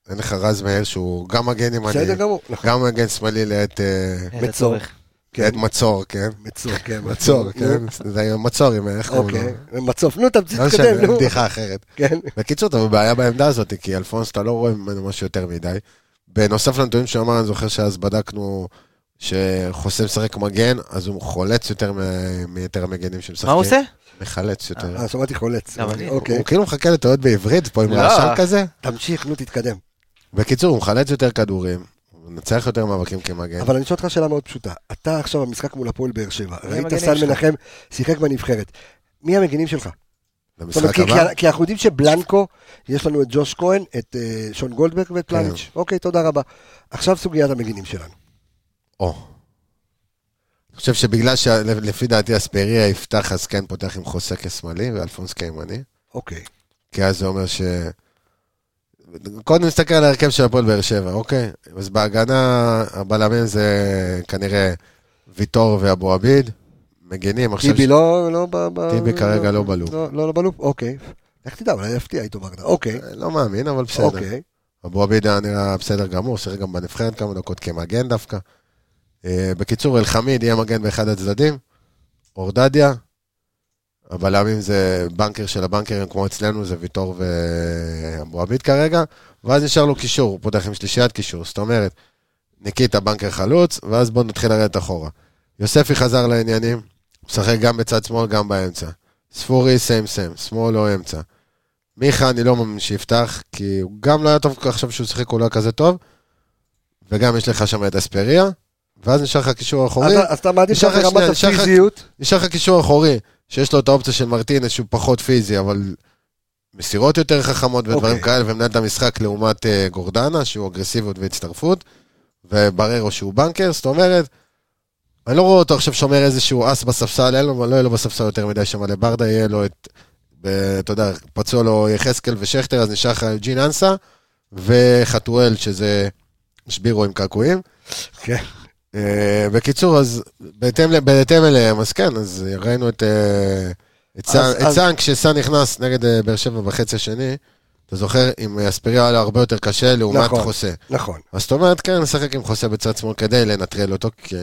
אין לך רז מאיר שהוא גם מגן ימני,
בסדר גמור. נכון.
גם מגן שמאלי לעת אה,
איזה
מצור.
צורך.
לעת מצור, כן?
מצור, כן.
מצור, כן? זה היה מצור, עם איך קוראים
אוקיי,
לו?
מצוף, נו תמציא,
לא
תתקדם,
משנה,
נו.
בדיחה אחרת.
כן,
בקיצור, אתה בבעיה בעמדה הזאת, כי אלפונס, אתה לא רואה ממנו משהו יותר מדי. בנוסף לנתונים שהוא אמר, אני זוכר שאז בדקנו שחוסה משחק מגן, אז הוא חולץ יותר מ- מיתר המגנים שמשחקים.
מה הוא עושה?
מחלץ יותר.
אה, שמעתי חולץ.
לא, אבל אני-
אוקיי,
הוא כאילו מחכה לטעויות בעברית פה עם
לא.
רעשן כזה.
תמשיך, נו תתקדם.
בקיצור, הוא מחלץ יותר כדורים, הוא מנצח יותר מאבקים כמגן.
אבל אני אשאל אותך שאלה מאוד פשוטה. אתה עכשיו במשחק מול הפועל באר שבע, ראית
המגנים
סן
שלך?
מנחם, שיחק בנבחרת. מי המגינים שלך? זאת אומרת,
במשחק
כי-
הבא,
כי- כי אנחנו יודעים שבלנקו, יש לנו את ג'וש כהן, את אה, שון גולדברג ואת
כן.
פלניץ'. אוקיי, תודה רבה. עכשיו סוגיית המגינים שלנו.
או. אני חושב שבגלל שלפי דעתי אספריה יפתח, אז כן פותח עם חוסה כשמאלי ואלפונס כימני.
אוקיי.
כי אז זה אומר ש... קודם נסתכל על ההרכב של הפועל באר שבע, אוקיי? אז בהגנה, הבלמים זה כנראה ויטור ואבו עביד. מגינים עכשיו...
טיבי לא לא ב... ב-
טיבי כרגע לא בלופ.
לא לא בלופ? אוקיי. איך תדע, אולי יפתיע איתו ברדה. אוקיי.
לא מאמין, אבל בסדר.
אוקיי.
אבו עביד היה נראה בסדר גמור, שיחק גם בנבחרת כמה דקות כמגן דווקא. אה, בקיצור, אלחמיד יהיה מגן באחד הצדדים, אורדדיה, הבלמים זה בנקר של הבנקרים, כמו אצלנו, זה ויטור ואבו עביד כרגע, ואז נשאר לו קישור, הוא פותח עם שלישיית קישור, זאת אומרת, ניקיטה בנקר חלוץ, ואז בואו נתחיל לרדת אחורה. יוספי חזר לעניינים, משחק גם בצד שמאל, גם באמצע. ספורי, סיים סיים, שמאל או אמצע. מיכה, אני לא מאמין שיפתח, כי הוא גם לא היה טוב עכשיו שהוא שיחק, הוא לא היה כזה טוב, וגם יש לך שם את אספריה, ואז נשאר לך קישור אחורי.
אז- אז אתה מעדיף
נשאר לך
שרמת
שנייה, נשאר לך-
הפיזיות.
נשאר לך קישור אחורי, שיש לו את האופציה של מרטינס, שהוא פחות פיזי, אבל מסירות יותר חכמות ודברים
אוקיי.
okay. כאלה, ומנהל את המשחק לעומת אה, גורדנה, שהוא אגרסיביות והצטרפות, ובררו שהוא בנקר, זאת אומרת, אני לא רואה אותו עכשיו שומר איזשהו אס בספסל, אין לו, לא יהיה לו בספסל יותר מדי שם, לברדה יהיה לו את, ב- אתה יודע, פצוע לו יחזקאל ושכטר, אז נשאר לך ג'ין אנסה, וחתואל, שזה שבירו עם קעקועים.
כן.
אה, בקיצור, אז בהתאם, ל- בהתאם אליהם, אז כן, אז ראינו את, אה, את סאן,
אז-
את
אז-
סאן, כשסאן נכנס נגד אה, באר שבע בחצי השני, אתה זוכר, עם אספיריה היה לו הרבה יותר קשה לעומת
נכון.
חוסה.
נכון.
אז זאת אומרת, כן, נשחק עם חוסה בצד שמאל כדי לנטרל אותו, כי...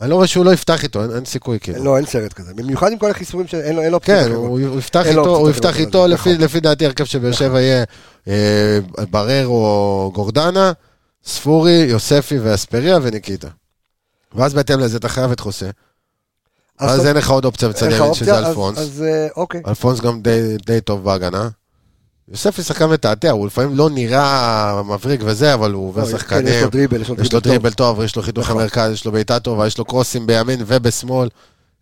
אני לא רואה שהוא לא יפתח איתו, אין, אין סיכוי, כאילו.
לא, אין סרט כזה. במיוחד עם כל החיסורים שאין לו- אין לו
כן,
אופציות אחרות.
הוא הוא יפתח
אין לו
איתו, הוא
אופציות
יפתח
אחרות
איתו,
לזה,
לפי-
נכון.
לפי דעתי הרכב של באר שבע יהיה אה, ברר או גורדנה, ספורי, יוספי ואספריה וניקיטה. ואז בהתאם לזה אתה חייב את חוסה,
אז
ואז
אתה-
אין לך עוד אופציה בצד
אין לך
ימין שזה
אופציה, אז-
אלפונס.
אז אה, אוקיי.
אלפונס גם די, די טוב בהגנה. יוספי שחקן מתעתע, הוא לפעמים לא נראה מבריק וזה, אבל הוא עובר
לא, כן, יש
שחקנים,
לו דריבל, יש לו
יש לו
טוב.
דריבל טוב, יש לו חיתוך
נכון.
למרכז, יש לו בעיטה טובה, יש לו קרוסים בימין ובשמאל,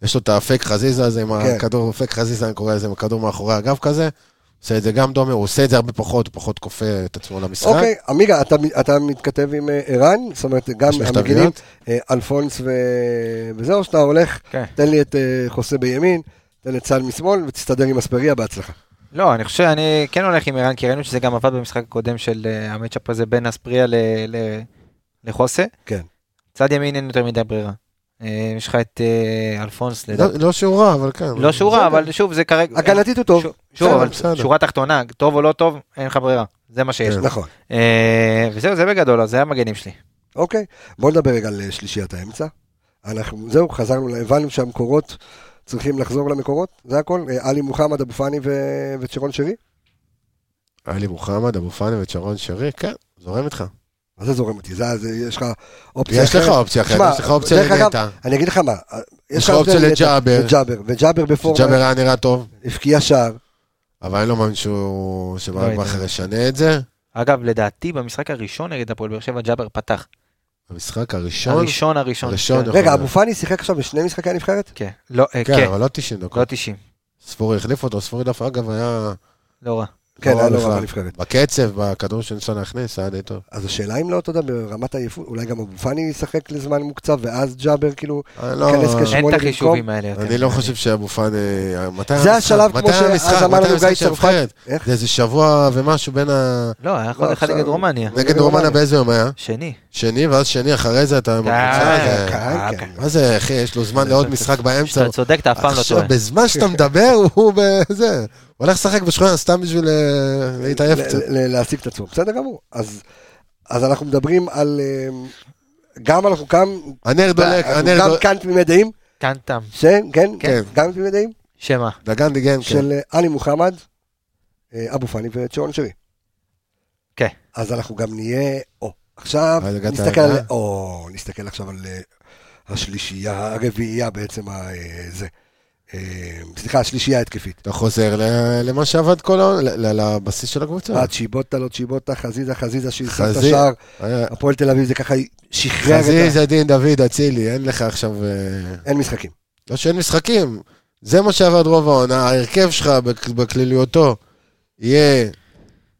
יש לו את הפייק חזיזה הזה עם
כן.
הכדור, פייק חזיזה אני קורא לזה, עם הכדור מאחורי הגב כזה, עושה את זה גם דומר, הוא עושה את זה הרבה פחות, הוא פחות כופה את עצמו למשחק.
אוקיי, עמיגה, אתה, אתה מתכתב עם אה, ערן? זאת אומרת, גם
יש
המגינים,
מכתביות?
אה, אלפונס ו... וזהו, שאתה הולך,
כן.
תן לי את אה, חוסה בימין, תן לי את סל משמאל, ותסתדר עם אספריה בהצלחה.
לא, אני חושב, אני כן הולך עם ערן, כי ראינו שזה גם עבד במשחק הקודם של אה, המצ'אפ הזה בין אספריה ל- ל- לחוסה.
כן.
צד ימין אין יותר מדי ברירה. אה, יש לך את אה, אלפונס,
לא-
לדעתי.
לא שהוא רע, אבל כן.
לא שהוא רע, אבל שוב, זה כרגע...
הגנתית הוא טוב,
שוב, שוב,
בסדר,
אבל
בסדר.
שורה תחתונה, טוב או לא טוב, אין לך ברירה. זה מה שיש.
כן.
לו.
נכון.
אה, וזהו, זה בגדול, אז זה המגנים שלי.
אוקיי, בוא נדבר רגע על אה, שלישיית האמצע. אנחנו, זהו, חזרנו, הבנו שהמקורות צריכים לחזור למקורות, זה הכל. אה, עלי מוחמד, אבו פאני ו- וצ'רון שרי?
עלי מוחמד, אבו פאני וצ'רון שרי, כן, זורם איתך.
מה זה זורם אותי? זה, זה, יש לך אופציה
יש לך אופציה אחרת,
שמע,
יש לך אופציה
דרך אגב,
לגטה.
אני אגיד לך מה,
יש לך אופציה לג'אבר,
לג'אבר, וג'אבר בפורמה,
ג'אבר היה נראה טוב,
הבקיע שער.
אבל אני לא מאמין שהוא...
לא יודע.
שבכר ישנה את זה.
אגב, לדעתי, במשחק הראשון נגד הפועל באר שבע, ג'אבר פתח.
המשחק הראשון,
הראשון הראשון.
הראשון,
כן.
יכול
רגע,
להיות.
אבו פאני שיחק עכשיו בשני משחקי הנבחרת?
כן, לא, אה,
נכון. כן,
כן,
אבל לא 90 דקות.
לא 90,
ספורי החליף אותו, ספורי דווקא אגב היה...
לא רע.
כן,
לא
היה
רע
לא רע
בכלל.
בנבחרת.
בקצב, בכדור שניסון להכניס, היה די טוב.
אז השאלה אם לא, אתה יודע, ברמת העייפות, אולי גם אבו פאני ישחק לזמן מוקצב, ואז ג'אבר, כאילו,
אני לא-
ייכנס קשה.
אין
שמונה
את החישובים
במקום?
האלה יותר.
אני לא חושב שאבו פאני... מתי
כן. זה
המשחק?
השלב
מתי
כמו שאז
המשחק?
אמר
מתי
לנו
המשחק
גיא
של
צרפת.
הנבחרת?
איך?
זה איזה שבוע ומשהו בין ה...
לא, היה
לא,
חוד אחד
עכשיו-
נגד רומניה.
לא
נגד רומניה באיזה יום היה?
שני.
שני, ואז שני אחרי זה אתה... עם הקבוצה,
אה,
זה-
קהל,
אה,
כן.
מה זה, אחי, יש לו זמן
לא
לעוד משחק באמצע.
כשאתה צודק, אתה אף פעם לא
עכשיו,
טועה.
בזמן שאתה מדבר, הוא בזה. הוא הולך לשחק בשכונה סתם בשביל אה, להתעייף
ל-
קצת.
ל- להשיג את עצמו. בסדר גמור. אז אז אנחנו מדברים על... אמ, גם אנחנו כאן,
הנר דולק, הנר
גם
דולק.
כאן תמימי דעים,
קנטם.
שכן,
לא- כן.
גם תמימי דעים,
שמה?
דגן דיגן, כן.
של אה, עלי מוחמד, אה, אבו פאני וצ'רון שרי.
כן.
אז אנחנו גם נהיה, או, עכשיו
אז הגעת
נסתכל על,
להגעה?
או, נסתכל עכשיו על אה, השלישייה, הרביעייה בעצם, ה- אה, זה. אה, סליחה, השלישייה התקפית.
אתה חוזר ל- למה שעבד כל העונה, ל- ל- לבסיס של הקבוצה.
אה, צ'יבוטה, לא צ'יבוטה, חזיזה, חזיזה, שהסיר את
חזיזה.
השער.
היה-
הפועל תל אביב זה ככה שחרר את ה...
חזיזה, דין דוד, אצילי, אין לך עכשיו... אה,
אין משחקים.
לא שאין משחקים. זה מה שעבד רוב העונה, ההרכב שלך בק- בכלליותו יהיה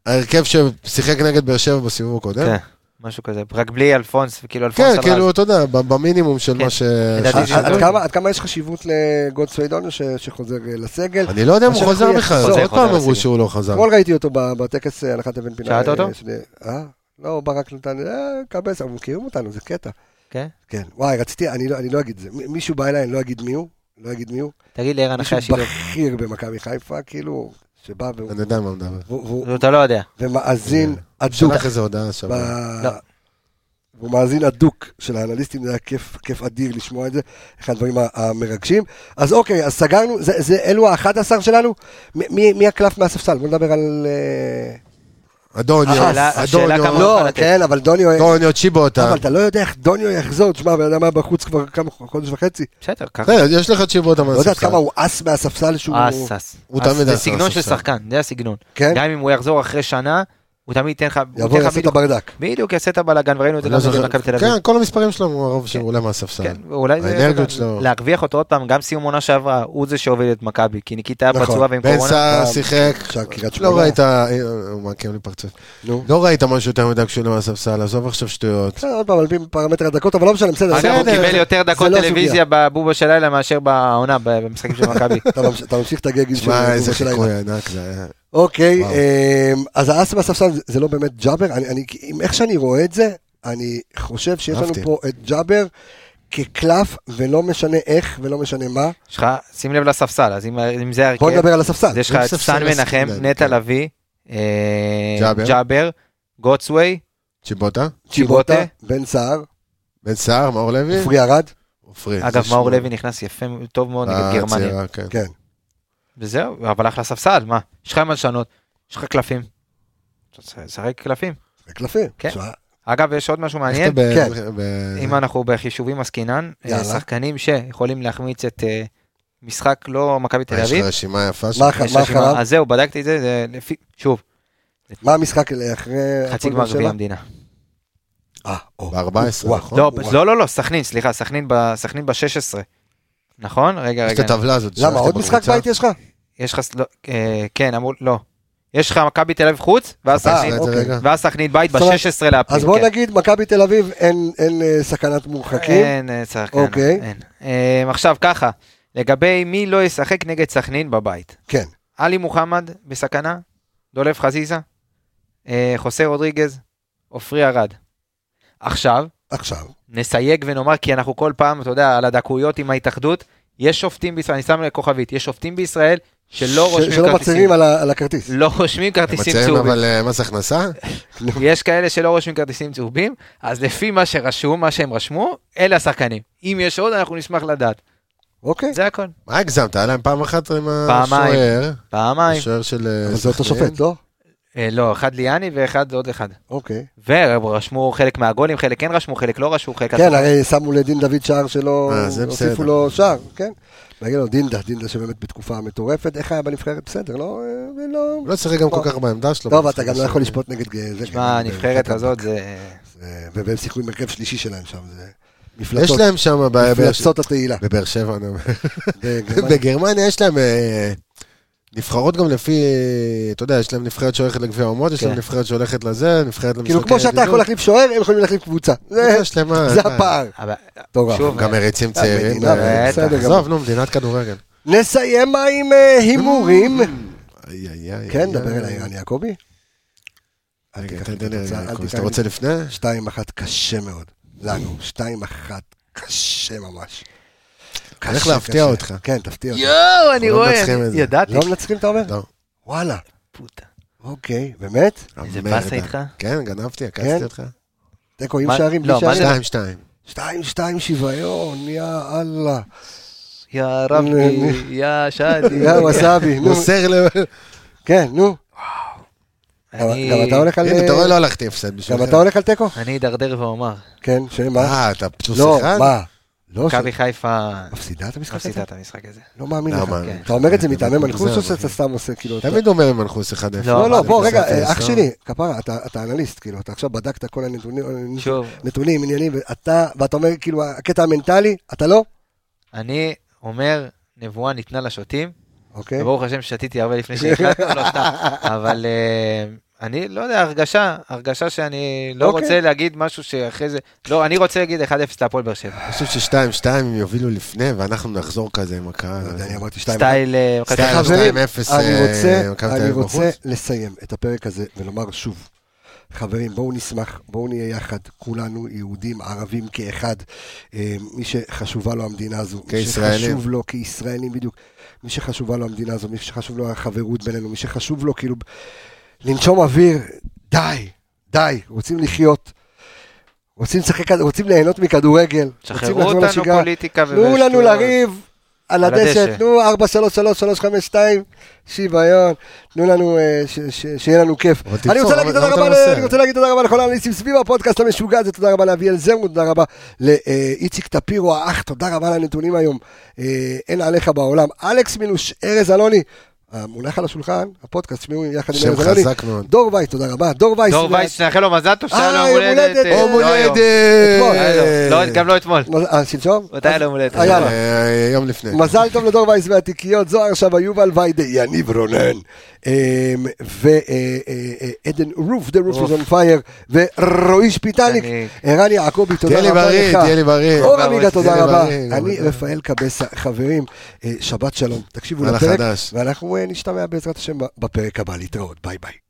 ההרכב ששיחק נגד באר שבע בסיבוב הקודם.
כן. משהו כזה. רק בלי אלפונס, כאילו אלפונס
כן,
על
כאילו,
רז.
אתה יודע, ב- במינימום של
כן.
מה ש...
לדעתי
עד-
זה
עד
שדוי.
כמה- עד כמה יש חשיבות לגודסווידון שחוזר אה, לסגל?
אני לא יודע אם הוא
השאלה
חוזר
איך הוא
בכלל,
יחזור.
עוד פעם
חוזר
אמרו
לסיבוב.
שהוא לא חזר.
אתמול ראיתי אותו ב- בטקס אה, הנחת אבן פינה.
שאלת
אה,
אותו?
שני- אה? לא, ברק נתן, אה, קבס, אבל מכירים אותנו, זה קטע.
כן?
כן, וואי, רציתי, אני לא- אני לא אגיד את זה. מ- מישהו בא אליי, אני לא אגיד מי הוא, לא אגיד מי הוא.
תגיד לי, ערן אחרי
מישהו
השידור.
בכיר במכבי חיפה, כאילו, שבא והוא-
אני יודע מה מדבר.
והוא- והוא-
אתה לא יודע.
ומאזין אדוק.
שלח איזה הודעה
ב...
שבוע.
לא.
הוא מאזין אדוק של האנליסטים, זה היה כיף, כיף אדיר לשמוע את זה, אחד הדברים ה- המרגשים. אז אוקיי, אז סגרנו, זה, זה, אלו ה-11 שלנו. מ- מי, מי הקלף מהספסל? בוא נדבר על... אה,
אדוניו,
השאלה- השאלה כמה-
אדוניו,
לא,
נוכל לתת.
כן, אבל דוניו...
אדוניו צ'יבוטה.
אבל אתה לא יודע איך דוניו יחזור, תשמע, בן אדם היה בחוץ כבר כמה חודש וחצי.
בסדר, ככה.
בסדר, אה, יש לך צ'יבוטה
לא יודעת
מהספסל.
כמה הוא אס מהספסל שהוא...
אס, אס.
כן, הוא
אס.
תמיד
אה, זה
אס,
סגנון
אס,
של
אס.
שחקן, זה הסגנון.
כן?
גם אם הוא יחזור אחרי שנה, הוא תמיד ייתן לך... הוא
יבוא
ייתן לך
יעשה את
בדיוק-
הברדק.
בדיוק יעשה את הבלאגן, וראינו את זה
אני
גם
לא
נגד
זוכר.
מכבי תל אביב.
כן, כל המספרים שלו הוא הרוב שהוא עולה מהספסל.
כן, ואולי זה...
האנרגיות שלו.
להרוויח אותו עוד פעם, גם סיום עונה שעברה, הוא זה שהוביל את מכבי, כי ניקיטה היה
נכון.
פצוע ועם
בן
קורונה.
סער
גם-
שיחק.
עכשיו קריית שמונה.
לא ראית, אה, הוא מעקם לי פרצוף.
נו.
לא ראית משהו יותר מדי כשהוא עולה מהספסל, עזוב עכשיו שטויות.
בסדר, עוד פעם, על פי פרמטר הדקות, אבל לא משנה, בסדר.
אגב, הוא
בסדר,
קיבל
זה-
יותר
זה
דקות
לא הסוגיה.
טלוויזיה בבובה של לילה מאשר בעונה, ב- במשחקים של מכבי.
אתה ממש- אתה ממשיך את הגגים של
תשמע, איזה
של העניין.
חיקוי ענק זה היה.
אוקיי,
וואו.
אמ, אז האס בספסל זה- זה לא באמת ג'אבר, אני, אני, עם איך שאני רואה את זה, אני חושב שיש לנו
אהבתי.
פה את ג'אבר כקלף, ולא משנה איך ולא משנה מה.
יש לך, שים לב לספסל, אז אם- אם זה ההרכב,
בוא נדבר על הספסל.
אז יש לך
אם
את
ספסל
סן
אז
מנחם,
כן,
נטע
כן.
לביא, אה,
ג'אבר.
ג'אבר, גוטסווי,
צ'יבוטה?
צ'יבוטה,
צ'יבוטה. כן.
בן סער,
בן סער, מאור לוי?
עופרי ארד,
עופרי.
אגב,
זה
מאור
שמונה.
לוי נכנס יפה, טוב מאוד נגד
אה,
גרמניה.
צעירה, כן.
כן.
וזהו, אבל אחלה ספסל, מה? יש לך מה לשנות, יש לך קלפים. שחק קלפים.
זה קלפים.
כן.
תשמע,
אגב, יש עוד משהו מעניין.
איך אתה ב-
כן.
ב-
אם אנחנו בחישובים עסקינן, אה,
יאללה.
שחקנים שיכולים להחמיץ את אה, משחק לא מכבי תל
אה, יש
אביב.
לך רשימה יפה
מה
שלך.
אחר-
יש
מה
רשימה-
אחריו?
אז זהו, בדקתי את זה, זה לפי, שוב,
מה המשחק ל- אחרי...
חצי
הפועל
גמר
באר שבע?
גביע המדינה.
אה, או.
ב-14,
וואו.
נכון?
לא,
וואו.
לא, לא, לא, סכנין, סליחה, סכנין ב- סכנין ב-16. נכון? רגע,
יש את
רגע.
הטבלה הזאת.
למה,
שלחתי
עוד
בקבוצה.
משחק בית יש לך?
יש לך, ס- לא, אה, כן, אמור, לא. יש לך מכבי תל אביב חוץ, ואז
אה,
סכנין-
את זה
אוקיי.
רגע.
ואז סכנין בית
זאת אומרת,
ב-16 לאפריל.
אז בוא
כן.
נגיד, מכבי תל אביב אין- אין אה, סכנת מורחקים.
אין, אין שחקן.
אוקיי.
אין. אה, עכשיו ככה, לגבי מי לא ישחק נגד סכנין בבית.
כן.
עלי מוחמד בסכנה, דולף חזיזה, אה, חוסה רודריגז, עופרי ארד. עכשיו,
עכשיו,
נסייג ונאמר, כי אנחנו כל פעם, אתה יודע, על הדקויות עם ההתאחדות, יש שופטים בישראל, אני שם כוכבית, יש שופטים בישראל שלא רושמים כרטיסים.
שלא מצהירים על ה- על הכרטיס.
לא רושמים כרטיסים
מציירים
צהובים.
אבל אה, מס הכנסה?
יש כאלה שלא רושמים כרטיסים צהובים, אז לפי מה שרשום, מה שהם רשמו, אלה השחקנים. אם יש עוד, אנחנו נשמח לדעת.
אוקיי,
זה הכל.
מה הגזמת? היה להם פעם אחת עם
פעמיים.
השוער.
פעמיים.
השוער של... אה,
אבל זה אותו
סכנין.
שופט, לא?
אה, לא, אחד ליאני ואחד עוד אחד.
אוקיי.
ורשמו חלק מהגולים, חלק כן רשמו, חלק לא רשמו, חלק...
כן, הרי שמו לדין דוד שער שלו,
אה, זה
הוסיפו
בסדר.
לו שער, כן. נגיד לו, דינדה, דינדה שבאמת בתקופה מטורפת, איך היה בנבחרת? בסדר, לא... אה, לא-
הוא לא שיחק גם כל כך בעמדה שלו.
טוב, אתה גם לא יכול לשפוט נגד... אה, זה,
תשמע,
כן,
הנבחרת
אה,
הזאת זה...
אה, והם שיחקו עם הרכב שלישי שלהם שם, זה
יש
מפלצות,
להם שם... ב- באר-
מפלצות התהילה.
בבאר שבע, אני אומר.
בגרמניה.
בגרמניה יש להם אה, נבחרות גם לפי, אה, אתה יודע, יש להם נבחרת שהולכת לגביע האומות, יש להם
כן.
נבחרת שהולכת לזה, נבחרת למשחקי
כאילו, כמו שאתה יכול להחליף שוער, הם יכולים להחליף קבוצה. זה-
קבוצה שלמה.
זה
אה,
הפער.
אבל-
מטורף.
שוב,
גם מריצים צעירים.
המדינה,
אה,
בסדר
גמור.
עזוב, נו, מדינת כדורגל.
נסיים מה עם אה, הימורים.
Mm. איי, איי, איי,
כן,
איי.
דבר אל האיראן יעקבי. אל
רגע,
תיקח
תן
לי את
תן לי
התוצאה,
רגע,
אל
יעקב,
תיקח
שאתה רוצה
לי.
לפני?
2-1 קשה מאוד. לנו, 2-1 קשה ממש.
הולך
קשה,
להפתיע
קשה.
אותך.
כן, תפתיע אותי.
יואו, אני
לא
רואה,
מנצחים
אני-
את זה.
ידעתי.
לא מנצחים, אתה אומר?
לא.
וואלה,
פוטה.
אוקיי, באמת?
איזה
המרד.
באסה איתך?
כן, גנבתי, עקצתי
כן?
אותך.
תיקו עם
מה-
שערים, בלי
לא, מה זה-
שערים?
שתיים, שתיים.
2-2 שוויון, יא אללה.
יא רבי, יא שדי.
יא ווסאבי, נו.
מוסר ל...
כן, נו. גם
אני-
גם אתה הולך על... אה,
הנה, אתה רואה, לא הלכתי הפסד
גם
בשבילך.
אתה הולך על תיקו?
אני אדרדר ואומר,
כן, שמה?
אה, אתה פלוס
לא,
אחד?
מה? לא,
מכבי חיפה
ש- מפסידה את המשחק הזה?
מפסידה את המשחק הזה.
לא מאמין לך.
למה?
כן.
אתה אומר את זה מטעמי
מגזר,
מנחוס או
אחי.
שאתה סתם עושה כאילו... אתה-
תמיד אומר מנחוס 1-0.
לא,
לא, לא,
אבל
בוא,
זה
רגע,
חשבתי
אה, אח
לזכור.
שלי, כפרה, אתה אתה אנליסט, כאילו, אתה עכשיו בדקת כל הנתונים,
שוב,
נתונים, עניינים, ואתה, ואתה אומר, כאילו, הקטע המנטלי, אתה לא?
אני אומר, נבואה ניתנה לשוטים,
אוקיי.
וברוך השם ששתיתי הרבה לפני שהחלטתי, לא סתם, אבל אה, אני לא יודע, הרגשה, הרגשה שאני לא
אוקיי.
רוצה להגיד משהו שאחרי זה, לא, אני רוצה להגיד 1-0 להפועל באר שבע.
אני חושב ששתיים-שתיים הם יובילו לפני, ואנחנו נחזור כזה עם הקהל.
לא יודע, אני אמרתי שתיים.
סטייל, אה, מכבי
סטייל
חיפה.
חברים,
2-0,
אני
אה,
רוצה,
מכבי תל
אני
אביב
רוצה
בחוץ.
לסיים את הפרק הזה ולומר שוב, חברים, בואו נשמח, בואו נהיה יחד, כולנו יהודים, ערבים כאחד, אה, מי שחשובה לו המדינה הזו, מי
כישראלים.
שחשוב לו כישראלים בדיוק, מי שחשובה לו המדינה הזו, מי שחשוב לו החברות בינינו, מי שחשוב לו כאילו לנשום אוויר, די, די, רוצים לחיות. רוצים לשחק, כד- רוצים ליהנות מכדורגל, רוצים
שחררו
לחזור
אותנו
לשגרה,
פוליטיקה
תנו לנו
ושטויות.
לריב על
על
הדשא,
הדשא.
תנו 4, 3, 3, 3, 5, 2, שוויון, תנו לנו, אה, ש- ש- שיהיה לנו כיף.
אבל תמסור,
אני רוצה
אבל-
להגיד תודה
אבל
רבה
אתה
ל-
מוסר.
אני רוצה להגיד תודה רבה לכל האנליסטים סביב הפודקאסט המשוגע הזה, תודה רבה לאביאל זרמוט, תודה רבה לאיציק טפירו האח, תודה רבה על הנתונים היום, אה, אין עליך בעולם. אלכס מינוש, ארז אלוני, המונח על השולחן, הפודקאסט, שמעו יחד עם
שם
ארז אלוני.
חזק מאוד.
דור וייס, תודה רבה, דור וייס.
דור וייס, נאחל לו מזל טוב, שהיה לו
אה,
יום
יום הולדת,
הולדת. אה,
יום
לא היום.
אתמול.
הולדת!
לא, גם לא אתמול.
אה, שלשום?
מתי היה לו יום הולדת?
היה לו.
אה, יום לפני.
מזל טוב לדור וייס והתיקיות, זוהר שווה, יובל ויידה, יניב רונן. אמ, אה, ועדן רוף, The roof is on fire, ורועי שפיטניק,
שפיטניק.
ערן יעקבי, תודה
תהיה לי
רבה
בריא,
לך.
תהיה לי בריא.
אור עמיגה, תודה
תהיה לי
רבה.
בריא, גם
אני
אתה.
רפאל קבסה, חברים, אה, שבת שלום, תקשיבו
על
לפרק,
החדש.
ואנחנו אה, נשתמע בעזרת השם בפרק הבא, להתראות, ביי ביי.